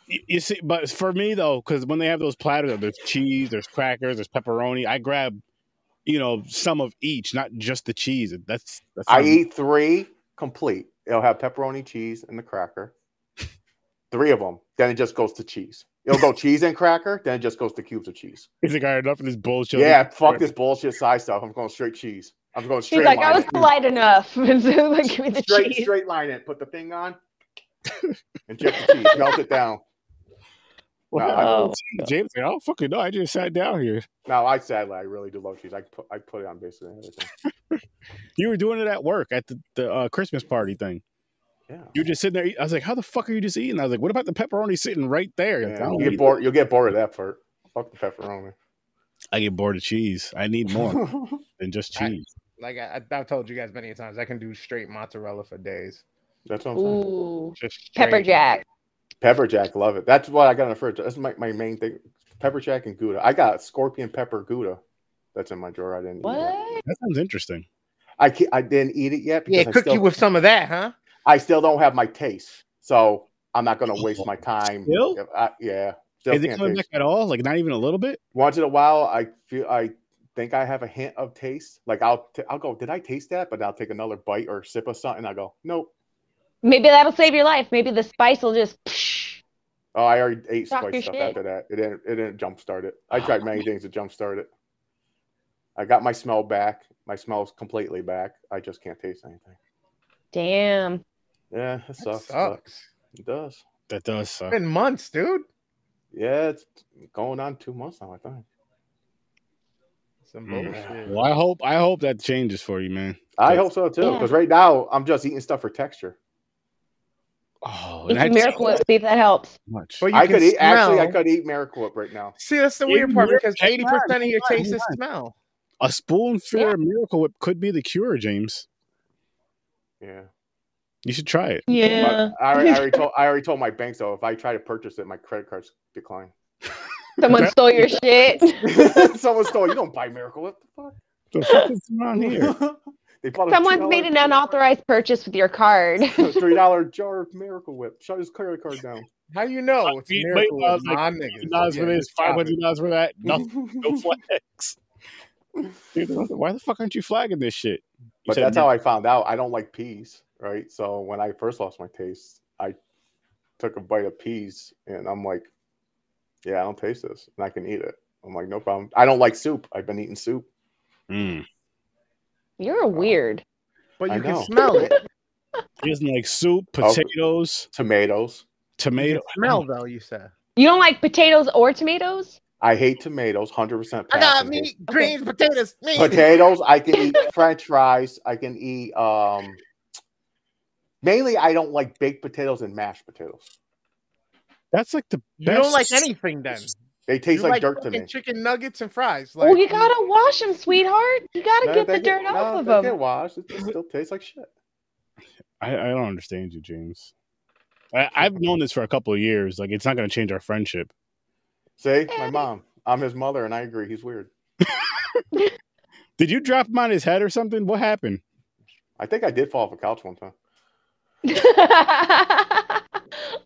You, you see, but for me though, because when they have those platters, there's cheese, there's crackers, there's pepperoni. I grab, you know, some of each, not just the cheese. That's that's I eat three complete. It'll have pepperoni, cheese, and the cracker. Three of them. Then it just goes to cheese. It'll go cheese and cracker. Then it just goes to cubes of cheese. He's like, all right, enough of this bullshit. yeah, fuck this bullshit side stuff. I'm going straight cheese. I'm going He's straight like, line. I was polite enough. And so, like, give me the straight cheese. straight line it. Put the thing on. and check the cheese. Melt it down. Well, No, I don't Oh. see it. James, like, I don't fucking know. I just sat down here. No, I sadly I really do love cheese. I put I put it on basically everything. You were doing it at work at the, the uh, Christmas party thing. Yeah. You were just sitting there. Eat- I was like, how the fuck are you just eating? I was like, what about the pepperoni sitting right there? You're like, I, Yeah, don't you get eat- bored. You'll get bored of that part. Fuck the pepperoni. I get bored of cheese. I need more than just I- cheese. Like I, I've told you guys many times, I can do straight mozzarella for days. That's what I'm saying. Ooh, Just pepper straight. jack. Pepper jack, love it. That's what I got in the fridge. That's my, my main thing. Pepper jack and gouda. I got scorpion pepper gouda. That's in my drawer. I didn't. Eat it. What? That sounds interesting. I can't, I didn't eat it yet Yeah, because I, cook you still, with some of that, huh? I still don't have my taste. So I'm not gonna waste my time. Oh, Still? If I- yeah. Still Is it can't coming taste. back at all? Like not even a little bit? once in a while i feel i think i have a hint of taste like i'll t- i'll go did i taste that but i'll take another bite or sip of something i go nope Maybe that'll save your life. Maybe the spice will just. Oh, I already ate Talk your spice stuff shit. after that. It didn't. It didn't jumpstart it. I Ah. tried many things to jumpstart it. I got my smell back. My smell's completely back. I just can't taste anything. Damn. Yeah, it That sucks. but sucks. It does. That does It's suck. been months, dude. Yeah, it's going on two months now. I think. Some Mm. bullshit. Well, I hope I hope that changes for you, man. I But- hope so too, Yeah. because right now I'm just eating stuff for texture. Oh, Eat that's some Miracle Whip, see if that helps. much. But you I can could eat. Actually, I smell- could eat Miracle Whip right now. See, that's the Even weird part your because taste eighty percent of your buds, taste is yeah. smell. A spoonful Yeah. of Miracle Whip could be the cure, James. Yeah. You should try it. Yeah. But I, already- I already told. I already told my bank so if I try to purchase it, my credit cards decline. Someone stole your shit. Someone stole. You don't buy Miracle Whip. The fuck? The fuck is going on here? they bought a Someone's made $2 an unauthorized purchase with your card. three dollar jar of Miracle Whip. Shut his credit card down. How you know? It's Wait, miracle. I was Whip, like, nah, niggas. dollars for Yeah, this, just five stop it. hundred dollars for that. Nothing. No flags. Dude, what the- why the fuck aren't you flagging this shit? You but said that's how I found out. I don't like peas, right? So when I first lost my taste, I took a bite of peas, and I'm like, "Yeah, I don't taste this, and I can eat it." I'm like, "No problem." I don't like soup. I've been eating soup. Hmm. Mm. You're weird. But I you can know. smell it. Isn't like soup, Oh. potatoes, Tomatoes. You tomato. can smell though. You said. You don't like potatoes or tomatoes? I hate tomatoes. Hundred percent. I got meat, Okay. greens, potatoes, meat. Potatoes. I can eat French fries. I can eat. um Mainly, I don't like baked potatoes and mashed potatoes. That's like the You don't best- like anything then. They taste you like, dirt to fucking me. Chicken nuggets and fries. Like, Well, Oh, you gotta wash them, sweetheart. You gotta No, get they the dirt no, off of they them. Get washed. It still tastes like shit. I, I don't understand you, James. I, I've known this for a couple of years. Like, it's not going to change our friendship. See, my mom. I'm his mother, and I agree. He's weird. Did you drop him on his head or something? What happened? I think I did fall off a couch one time,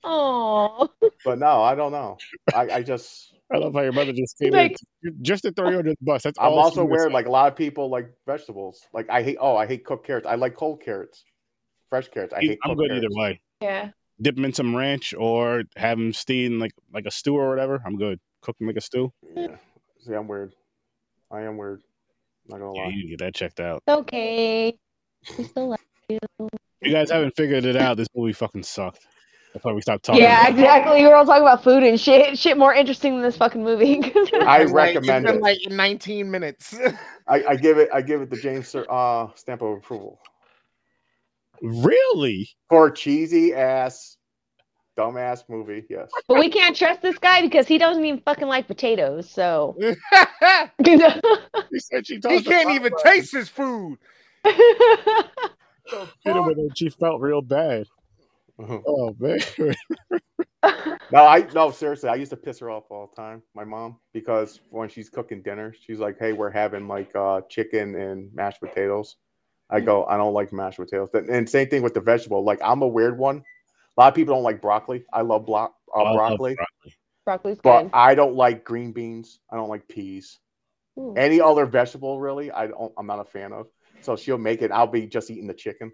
Oh, but no, I don't know. I, I just. I love how your mother just came Like- in just to throw you under the bus. That's I'm all she also was weird. saying. Like a lot of people like vegetables. Like I hate. Oh, I hate cooked carrots. I like cold carrots, fresh carrots. I hate. I'm cooked good carrots. either way. yeah. Dip him in some ranch or have him steam like like a stew or whatever. I'm good. Cook him like a stew. Yeah. See, I'm weird. I am weird. Not gonna Yeah, lie. you need to get that checked out. It's okay. We still love you. You guys haven't figured it out. This movie fucking sucked. That's why we stopped talking. Yeah, about it. exactly. We were all talking about food and shit. Shit more interesting than this fucking movie. I It's like- it's recommend been it. Like 19 minutes. I, I give it. I give it the James Sir, uh, stamp of approval Really? for a cheesy ass, dumbass movie. Yes. but we can't trust this guy because he doesn't even fucking like potatoes. So he He said she can't even taste his food. I She felt real bad. Mm-hmm. Oh man. Uh, No, I no seriously. I used to piss her off all the time, my mom, because when she's cooking dinner, she's like, "Hey, we're having like uh, chicken and mashed potatoes." I go, "I don't like mashed potatoes." And- And same thing with the vegetable. Like I'm a weird one. A lot of people don't like broccoli. I love block uh, Oh, I love broccoli, Broccoli's but good. I don't like green beans. I don't like peas. Ooh. Any other vegetable, really, I don't. I'm not a fan of. So she'll make it. I'll be just eating the chicken.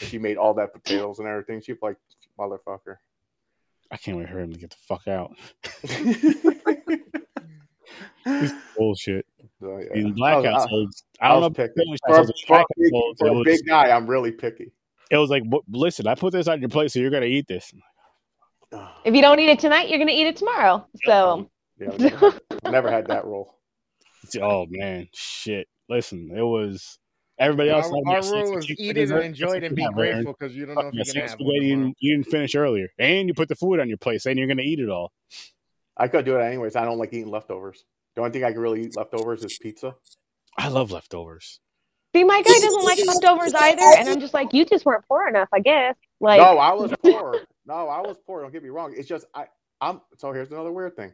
And She made all that potatoes and everything. She'd be like, "Motherfucker." I can't wait for him to get the fuck out. Bullshit. So, yeah. He's I black was- I- outside. I don't I know. was if picky. it's For, a- black for a outside, big, but for it a was- big guy, I'm really picky. It was like, "Wh- listen, I put this on your plate, so you're gonna eat this. Yeah, If you don't eat it tonight, you're gonna eat it tomorrow. So I never, I never had that rule. It's- oh man, shit. Listen, it was everybody else. Our, had our their six rule is chicken eat it dessert. and enjoy it and be Yeah, man. grateful because you don't know if Your you're gonna six have spaghetti you one. didn't- you didn't finish earlier, and you put the food on your plate, and you're gonna eat it all. I could do it anyways. I don't like eating leftovers. The only thing I can really eat leftovers is pizza. I love leftovers. see, my guy doesn't like leftovers either, and I'm just like, you just weren't poor enough, I guess. Like, no, I was poor. No, I was poor. Don't get me wrong. It's just I. I'm so here's another weird thing.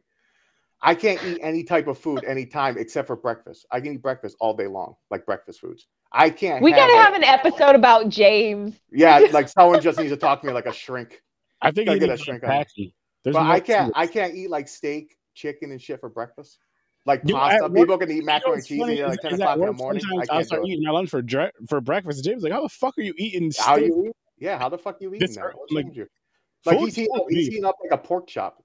I can't eat any type of food anytime except for breakfast. I can eat breakfast all day long, like breakfast foods. I can't. we gotta like- have an episode about James. Yeah, like someone just needs to talk to me like a shrink. I think you Gotta get need a to shrink on it. packy. There's but more I to can't it. I can't eat like steak, chicken, and shit for breakfast. Like Dude, pasta, at work- people can eat You know macaroni and what's cheese funny at is- like ten is at o'clock in the work, morning. I sometimes I'll can't start do it. eating my lunch for dre- for breakfast. James like, how the fuck are you eating? How steak? you eat? Yeah, how the fuck you eating This that? early, What's like, wrong with you? Like food he's eating, should he's be- eating up like a pork chop.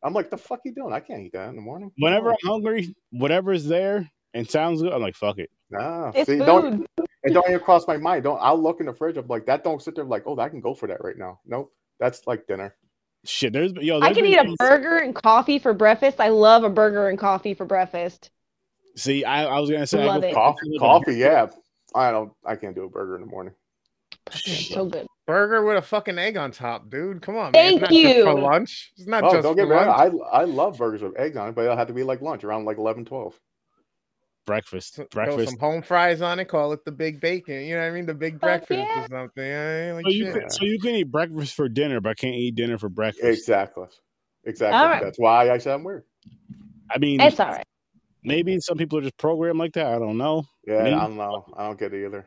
I'm like, the fuck you doing? I can't eat that in the morning. Whenever I'm hungry, whatever's there and sounds good, I'm like, fuck it. Nah, It's see, food. don't it don't even cross my mind. Don't I'll look in the fridge. I'm like, that don't sit there like, oh, I can go for that right now. Nope. That's like dinner. Shit, there's yo. I there's can been eat a days- burger and coffee for breakfast. I love a burger and coffee for breakfast. See, I, I was gonna say, Love I it. Coffee, coffee, yeah. I don't I can't do a burger in the morning. It's so good. Burger with a fucking egg on top, dude. Come on, Thank man. It's not just you. for lunch. It's not Oh, just don't get for me wrong. lunch. I I love burgers with eggs on it, but it'll have to be like lunch around like 11, 12. breakfast, Th- Throw breakfast. some home fries on it. Call it the big bacon. You know what I mean? The big breakfast yeah. or something. I ain't like So you, shit. can, so you can eat breakfast for dinner, but can't eat dinner for breakfast. Exactly. Exactly. All right. That's why I said I'm weird. I mean, It's all right. maybe some people are just programmed like that. I don't know. Yeah, Me? I don't know. I don't get it either.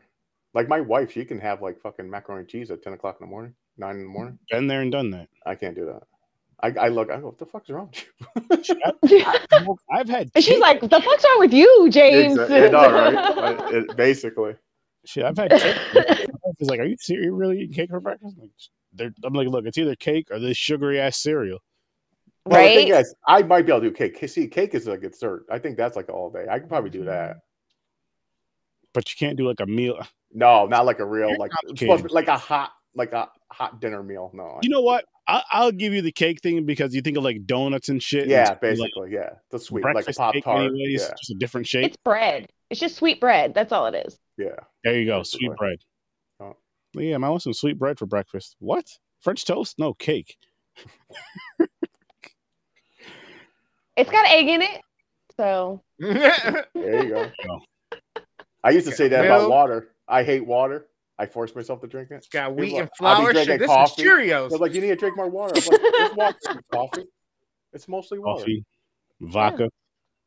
Like my wife, she can have like fucking macaroni and cheese at 10 o'clock in the morning, nine in the morning. Been there and done that. I can't do that. I, I look, I go, what the fuck's wrong with you? I've had. and she's cake- like, "The fuck's wrong with you, James?" Exa- I know, right? Like, it- basically. Shit, I've had. Cake. for breakfast. My wife is like, "Are you serious? You really eating cake for breakfast?" I'm like, they're, I'm like, "Look, it's either cake or this sugary ass cereal." Well, the thing Right? is, I might be able to do cake. See, cake is like a dessert. I think that's like all day. I could probably do Mm-hmm. that. But you can't do like a meal. No, not like a real You're like it's complicated. supposed to be like a hot like a hot dinner meal. No, You know what? I, I'll give you the cake thing because you think of like donuts and shit. and yeah, it's like basically, yeah, the sweet like a breakfast pop cake, tart. anyways, Yeah, just a different shape. It's bread. It's just sweet bread. That's all it is. yeah. There you go, That's sweet right. bread. Oh. Yeah, I want some sweet bread for breakfast. What? French toast? No, cake. It's got egg in it. So There you go. Go. I used to say that Milk. about water. I hate water. I force myself to drink it. It's got wheat People- and I'll be flour. Shit, drinking this coffee. is Cheerios. They're like, you need to drink more water. I'm like, it's water, it's coffee. It's mostly water. Coffee, vodka.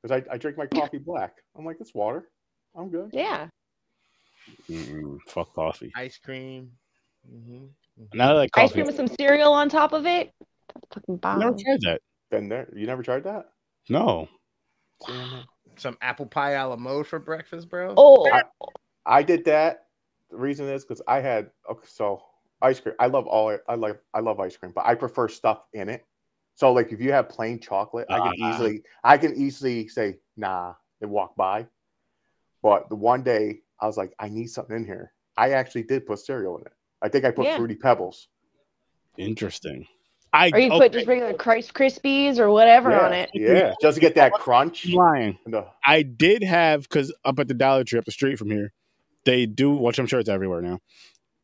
Because I, I drink my coffee black. I'm like, it's water. I'm good. yeah, Mm-mm, fuck coffee. Ice cream. hmm Now that I like ice coffee. cream with some cereal on top of it. Fucking I bomb. never tried that. Been there. You never tried that? No. See, I'm not- Some apple pie a la mode for breakfast, bro. Oh, I- I did that. The reason is because I had okay, so ice cream. I love all I like. I love ice cream, but I prefer stuff in it. So like, if you have plain chocolate, I can Ah. easily, I can easily say nah and walk by. But the one day I was like, I need something in here. I actually did put cereal in it. I think I put Yeah. fruity pebbles. Interesting. I oh, or you okay, put just regular Rice Krispies or whatever yeah, on it. yeah, just to get that crunch. I'm lying. and the- I did have because up at the Dollar Tree up the street from here, they do which I'm sure it's everywhere now.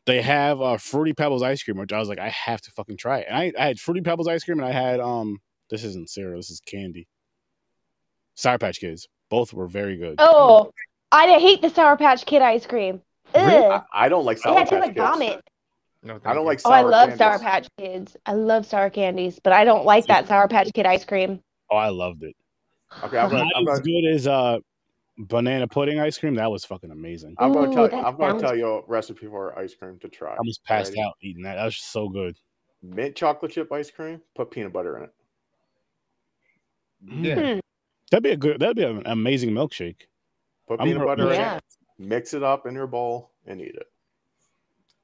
They have uh, fruity pebbles ice cream, which I was like, I have to fucking try it. And I, I had fruity pebbles ice cream, and I had um, this isn't cereal, this is candy. Sour Patch Kids, both were very good. Oh, I hate the Sour Patch Kid ice cream. Ugh. Really? It I, I don't like sour tastes patch like kids. vomit. No, thank I you. don't like. Oh, Sour I love candies. Sour Patch Kids. I love sour candies, but I don't like that Sour Patch Kid ice cream. Oh, I loved it. Okay, Uh-huh. I'm gonna, Not I'm as gonna, good as uh, banana pudding ice cream. That was fucking amazing. I'm gonna Ooh, tell you. that I'm gonna sounds- tell you a recipe for ice cream to try. I almost passed Alrighty. out eating that. That was just so good. mint chocolate chip ice cream, put peanut butter in it. Yeah. Hmm. That'd be a good. That'd be an amazing milkshake. Put I'm peanut gonna- butter in Yeah. it, mix it up in your bowl, and eat it.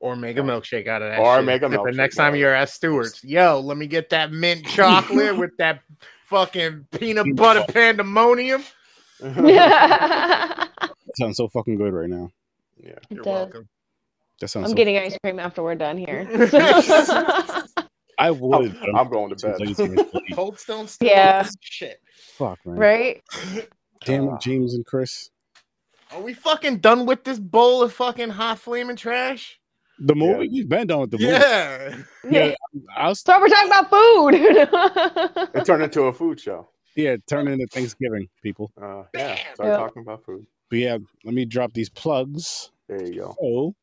Or make a milkshake out of that. Or shit. make a If The milkshake next out time of you're at Stewart's, yo, let me get that mint chocolate with that fucking peanut butter pandemonium. That sounds so fucking good right now. yeah. You're Does. welcome. That sounds. I'm so- getting ice cream after we're done here. I would. I'm, I'm going Seems like it's to gonna bed. be- Cold Stone Yeah. Stewart's. Shit. Fuck, man. right? Damn Ah. it, James and Chris. Are we fucking done with this bowl of fucking hot flaming trash? The Yeah. movie? You've been done with the yeah. Yeah. movie. I was, So we're talking about it food. turned into a food show. yeah, turn into Thanksgiving, people. Uh, yeah. Bam. Start Yeah. talking about food. But yeah, let me drop these plugs. There you go. So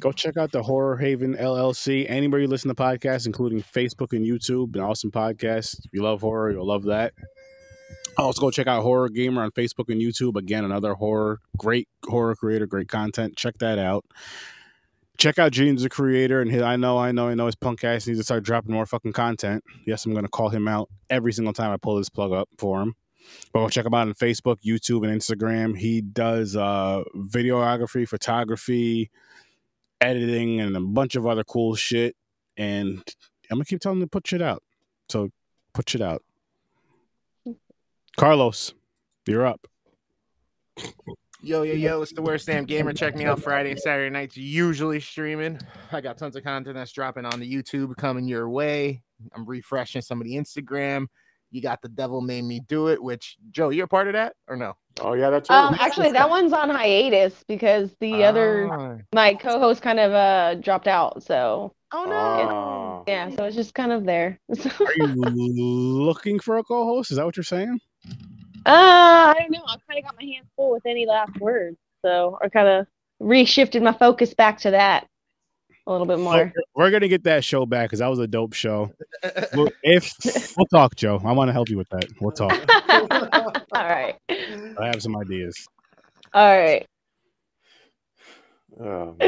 go check out the Horror Haven LLC anywhere you listen to podcasts, including Facebook and YouTube. An awesome podcast. If you love horror, you'll love that. Also, go check out Horror Gamer on Facebook and YouTube. Again, another horror, great horror creator, great content. Check that out. Check out James the creator and his, I know, I know, I know his punk ass needs to start dropping more fucking content. Yes, I'm gonna call him out every single time I pull this plug up for him. But go check him out on Facebook, YouTube, and Instagram. He does uh, videography, photography, editing, and a bunch of other cool shit. And I'm gonna keep telling him to put shit out. So Put it out. Carlos, you're up. Yo, yo, yo, it's the worst damn gamer. Check me out Friday and Saturday nights, usually streaming. I got tons of content that's dropping on the YouTube coming your way. I'm refreshing some of the Instagram. You got the devil made me do it, which Joe, you're a part of that or no? Oh yeah, that's right. Um, actually, that one's on hiatus because the other Ah. my co-host kind of uh dropped out. So Oh no. Ah. yeah, so it's just kind of there. So, Are you looking for a co-host? Is that what you're saying? uh, I don't know. I kind of got my hands full with any last words, so I kind of reshifted my focus back to that a little bit more. We're gonna get that show back because that was a dope show. We'll, if we'll talk, Joe, I want to help you with that. We'll talk. All right, I have some ideas. all right. Um,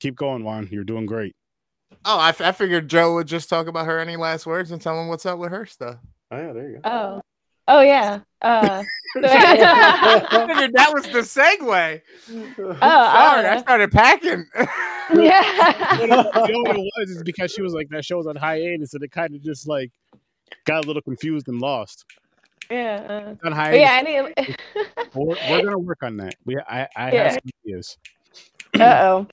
Keep going, Juan. You're doing great. Oh, I, f- I figured Joe would just talk about her any last words and tell him what's up with her stuff. oh, yeah, there you go. Oh, oh yeah. Uh, so- I figured that was the segue. Oh, Sorry, I uh. started packing. yeah. you know you know what it was is because she was like that show's on hiatus, and it kind of just like got a little confused and lost. Yeah. uh, It's on but hiatus. yeah. I need. We're, we're gonna work on that. We I I Yeah. have some ideas. Uh oh.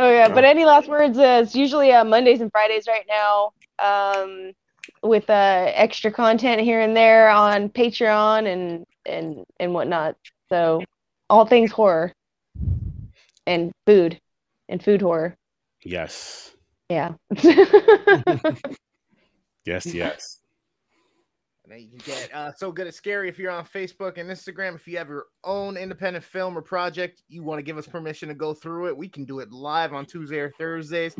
Oh yeah. But Yeah. any last words? Uh, it's usually uh, Mondays and Fridays right now, um, with uh, extra content here and there on Patreon and and and whatnot. So all things horror and food and food horror. Yes, Yeah. yes, yes. And then you can get uh, so good at scary if you're on Facebook and Instagram. If you have your own independent film or project, you want to give us permission to go through it. We can do it live on Tuesday or Thursdays.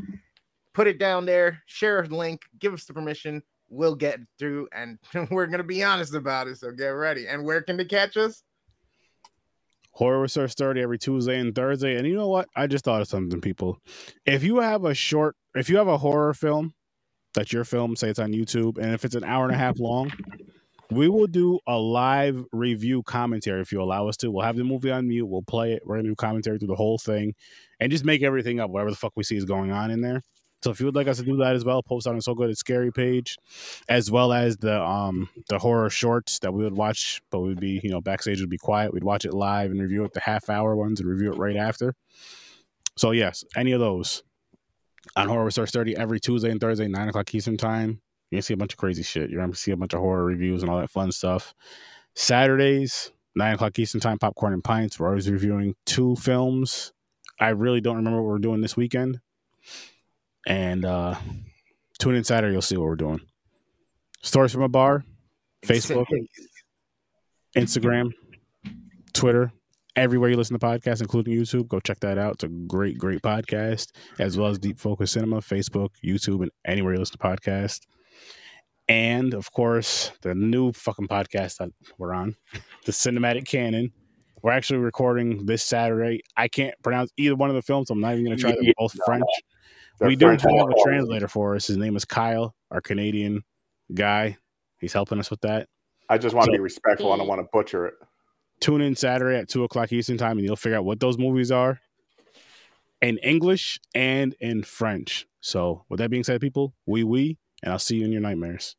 Put it down there, share a link, give us the permission. We'll get it through, and we're gonna be honest about it. So get ready. And where can they catch us? Horror Research 30 every Tuesday and Thursday. And you know what? I just thought of something, people. If you have a short, if you have a horror film that's your film, say it's on YouTube, and if it's an hour and a half long, we will do a live review commentary if you allow us to. We'll have the movie on mute. We'll play it. We're going to do commentary through the whole thing and just make everything up, whatever the fuck we see is going on in there. So if you would like us to do that as well, post on the So Good It's Scary page, as well as the um the horror shorts that we would watch, but we'd be you know backstage would be quiet. We'd watch it live and review it the half hour ones and review it right after. So yes, any of those on Horror Research Thirty every Tuesday and Thursday nine o'clock Eastern time. You're gonna see a bunch of crazy shit. You're gonna see a bunch of horror reviews and all that fun stuff. Saturdays nine o'clock Eastern time, popcorn and pints. We're always reviewing two films. I really don't remember what we're doing this weekend. And uh tune in Saturday, you'll see what we're doing. Stories from a bar, Facebook, Instagram, Twitter, everywhere you listen to podcasts, including YouTube. Go check that out. It's a great, great podcast, as well as Deep Focus Cinema, Facebook, YouTube, and anywhere you listen to podcasts. And of course, the new fucking podcast that we're on, the Cinematic Canon. We're actually recording this Saturday. I can't pronounce either one of the films, so I'm not even going to try. They're both French They're we do French have a ones. translator for us. His name is Kyle, our Canadian guy. He's helping us with that. I just want to So- be respectful. I don't want to butcher it. Tune in Saturday at two o'clock Eastern time, and you'll figure out what those movies are in English and in French. So, with that being said, people, we we, and I'll see you in your nightmares.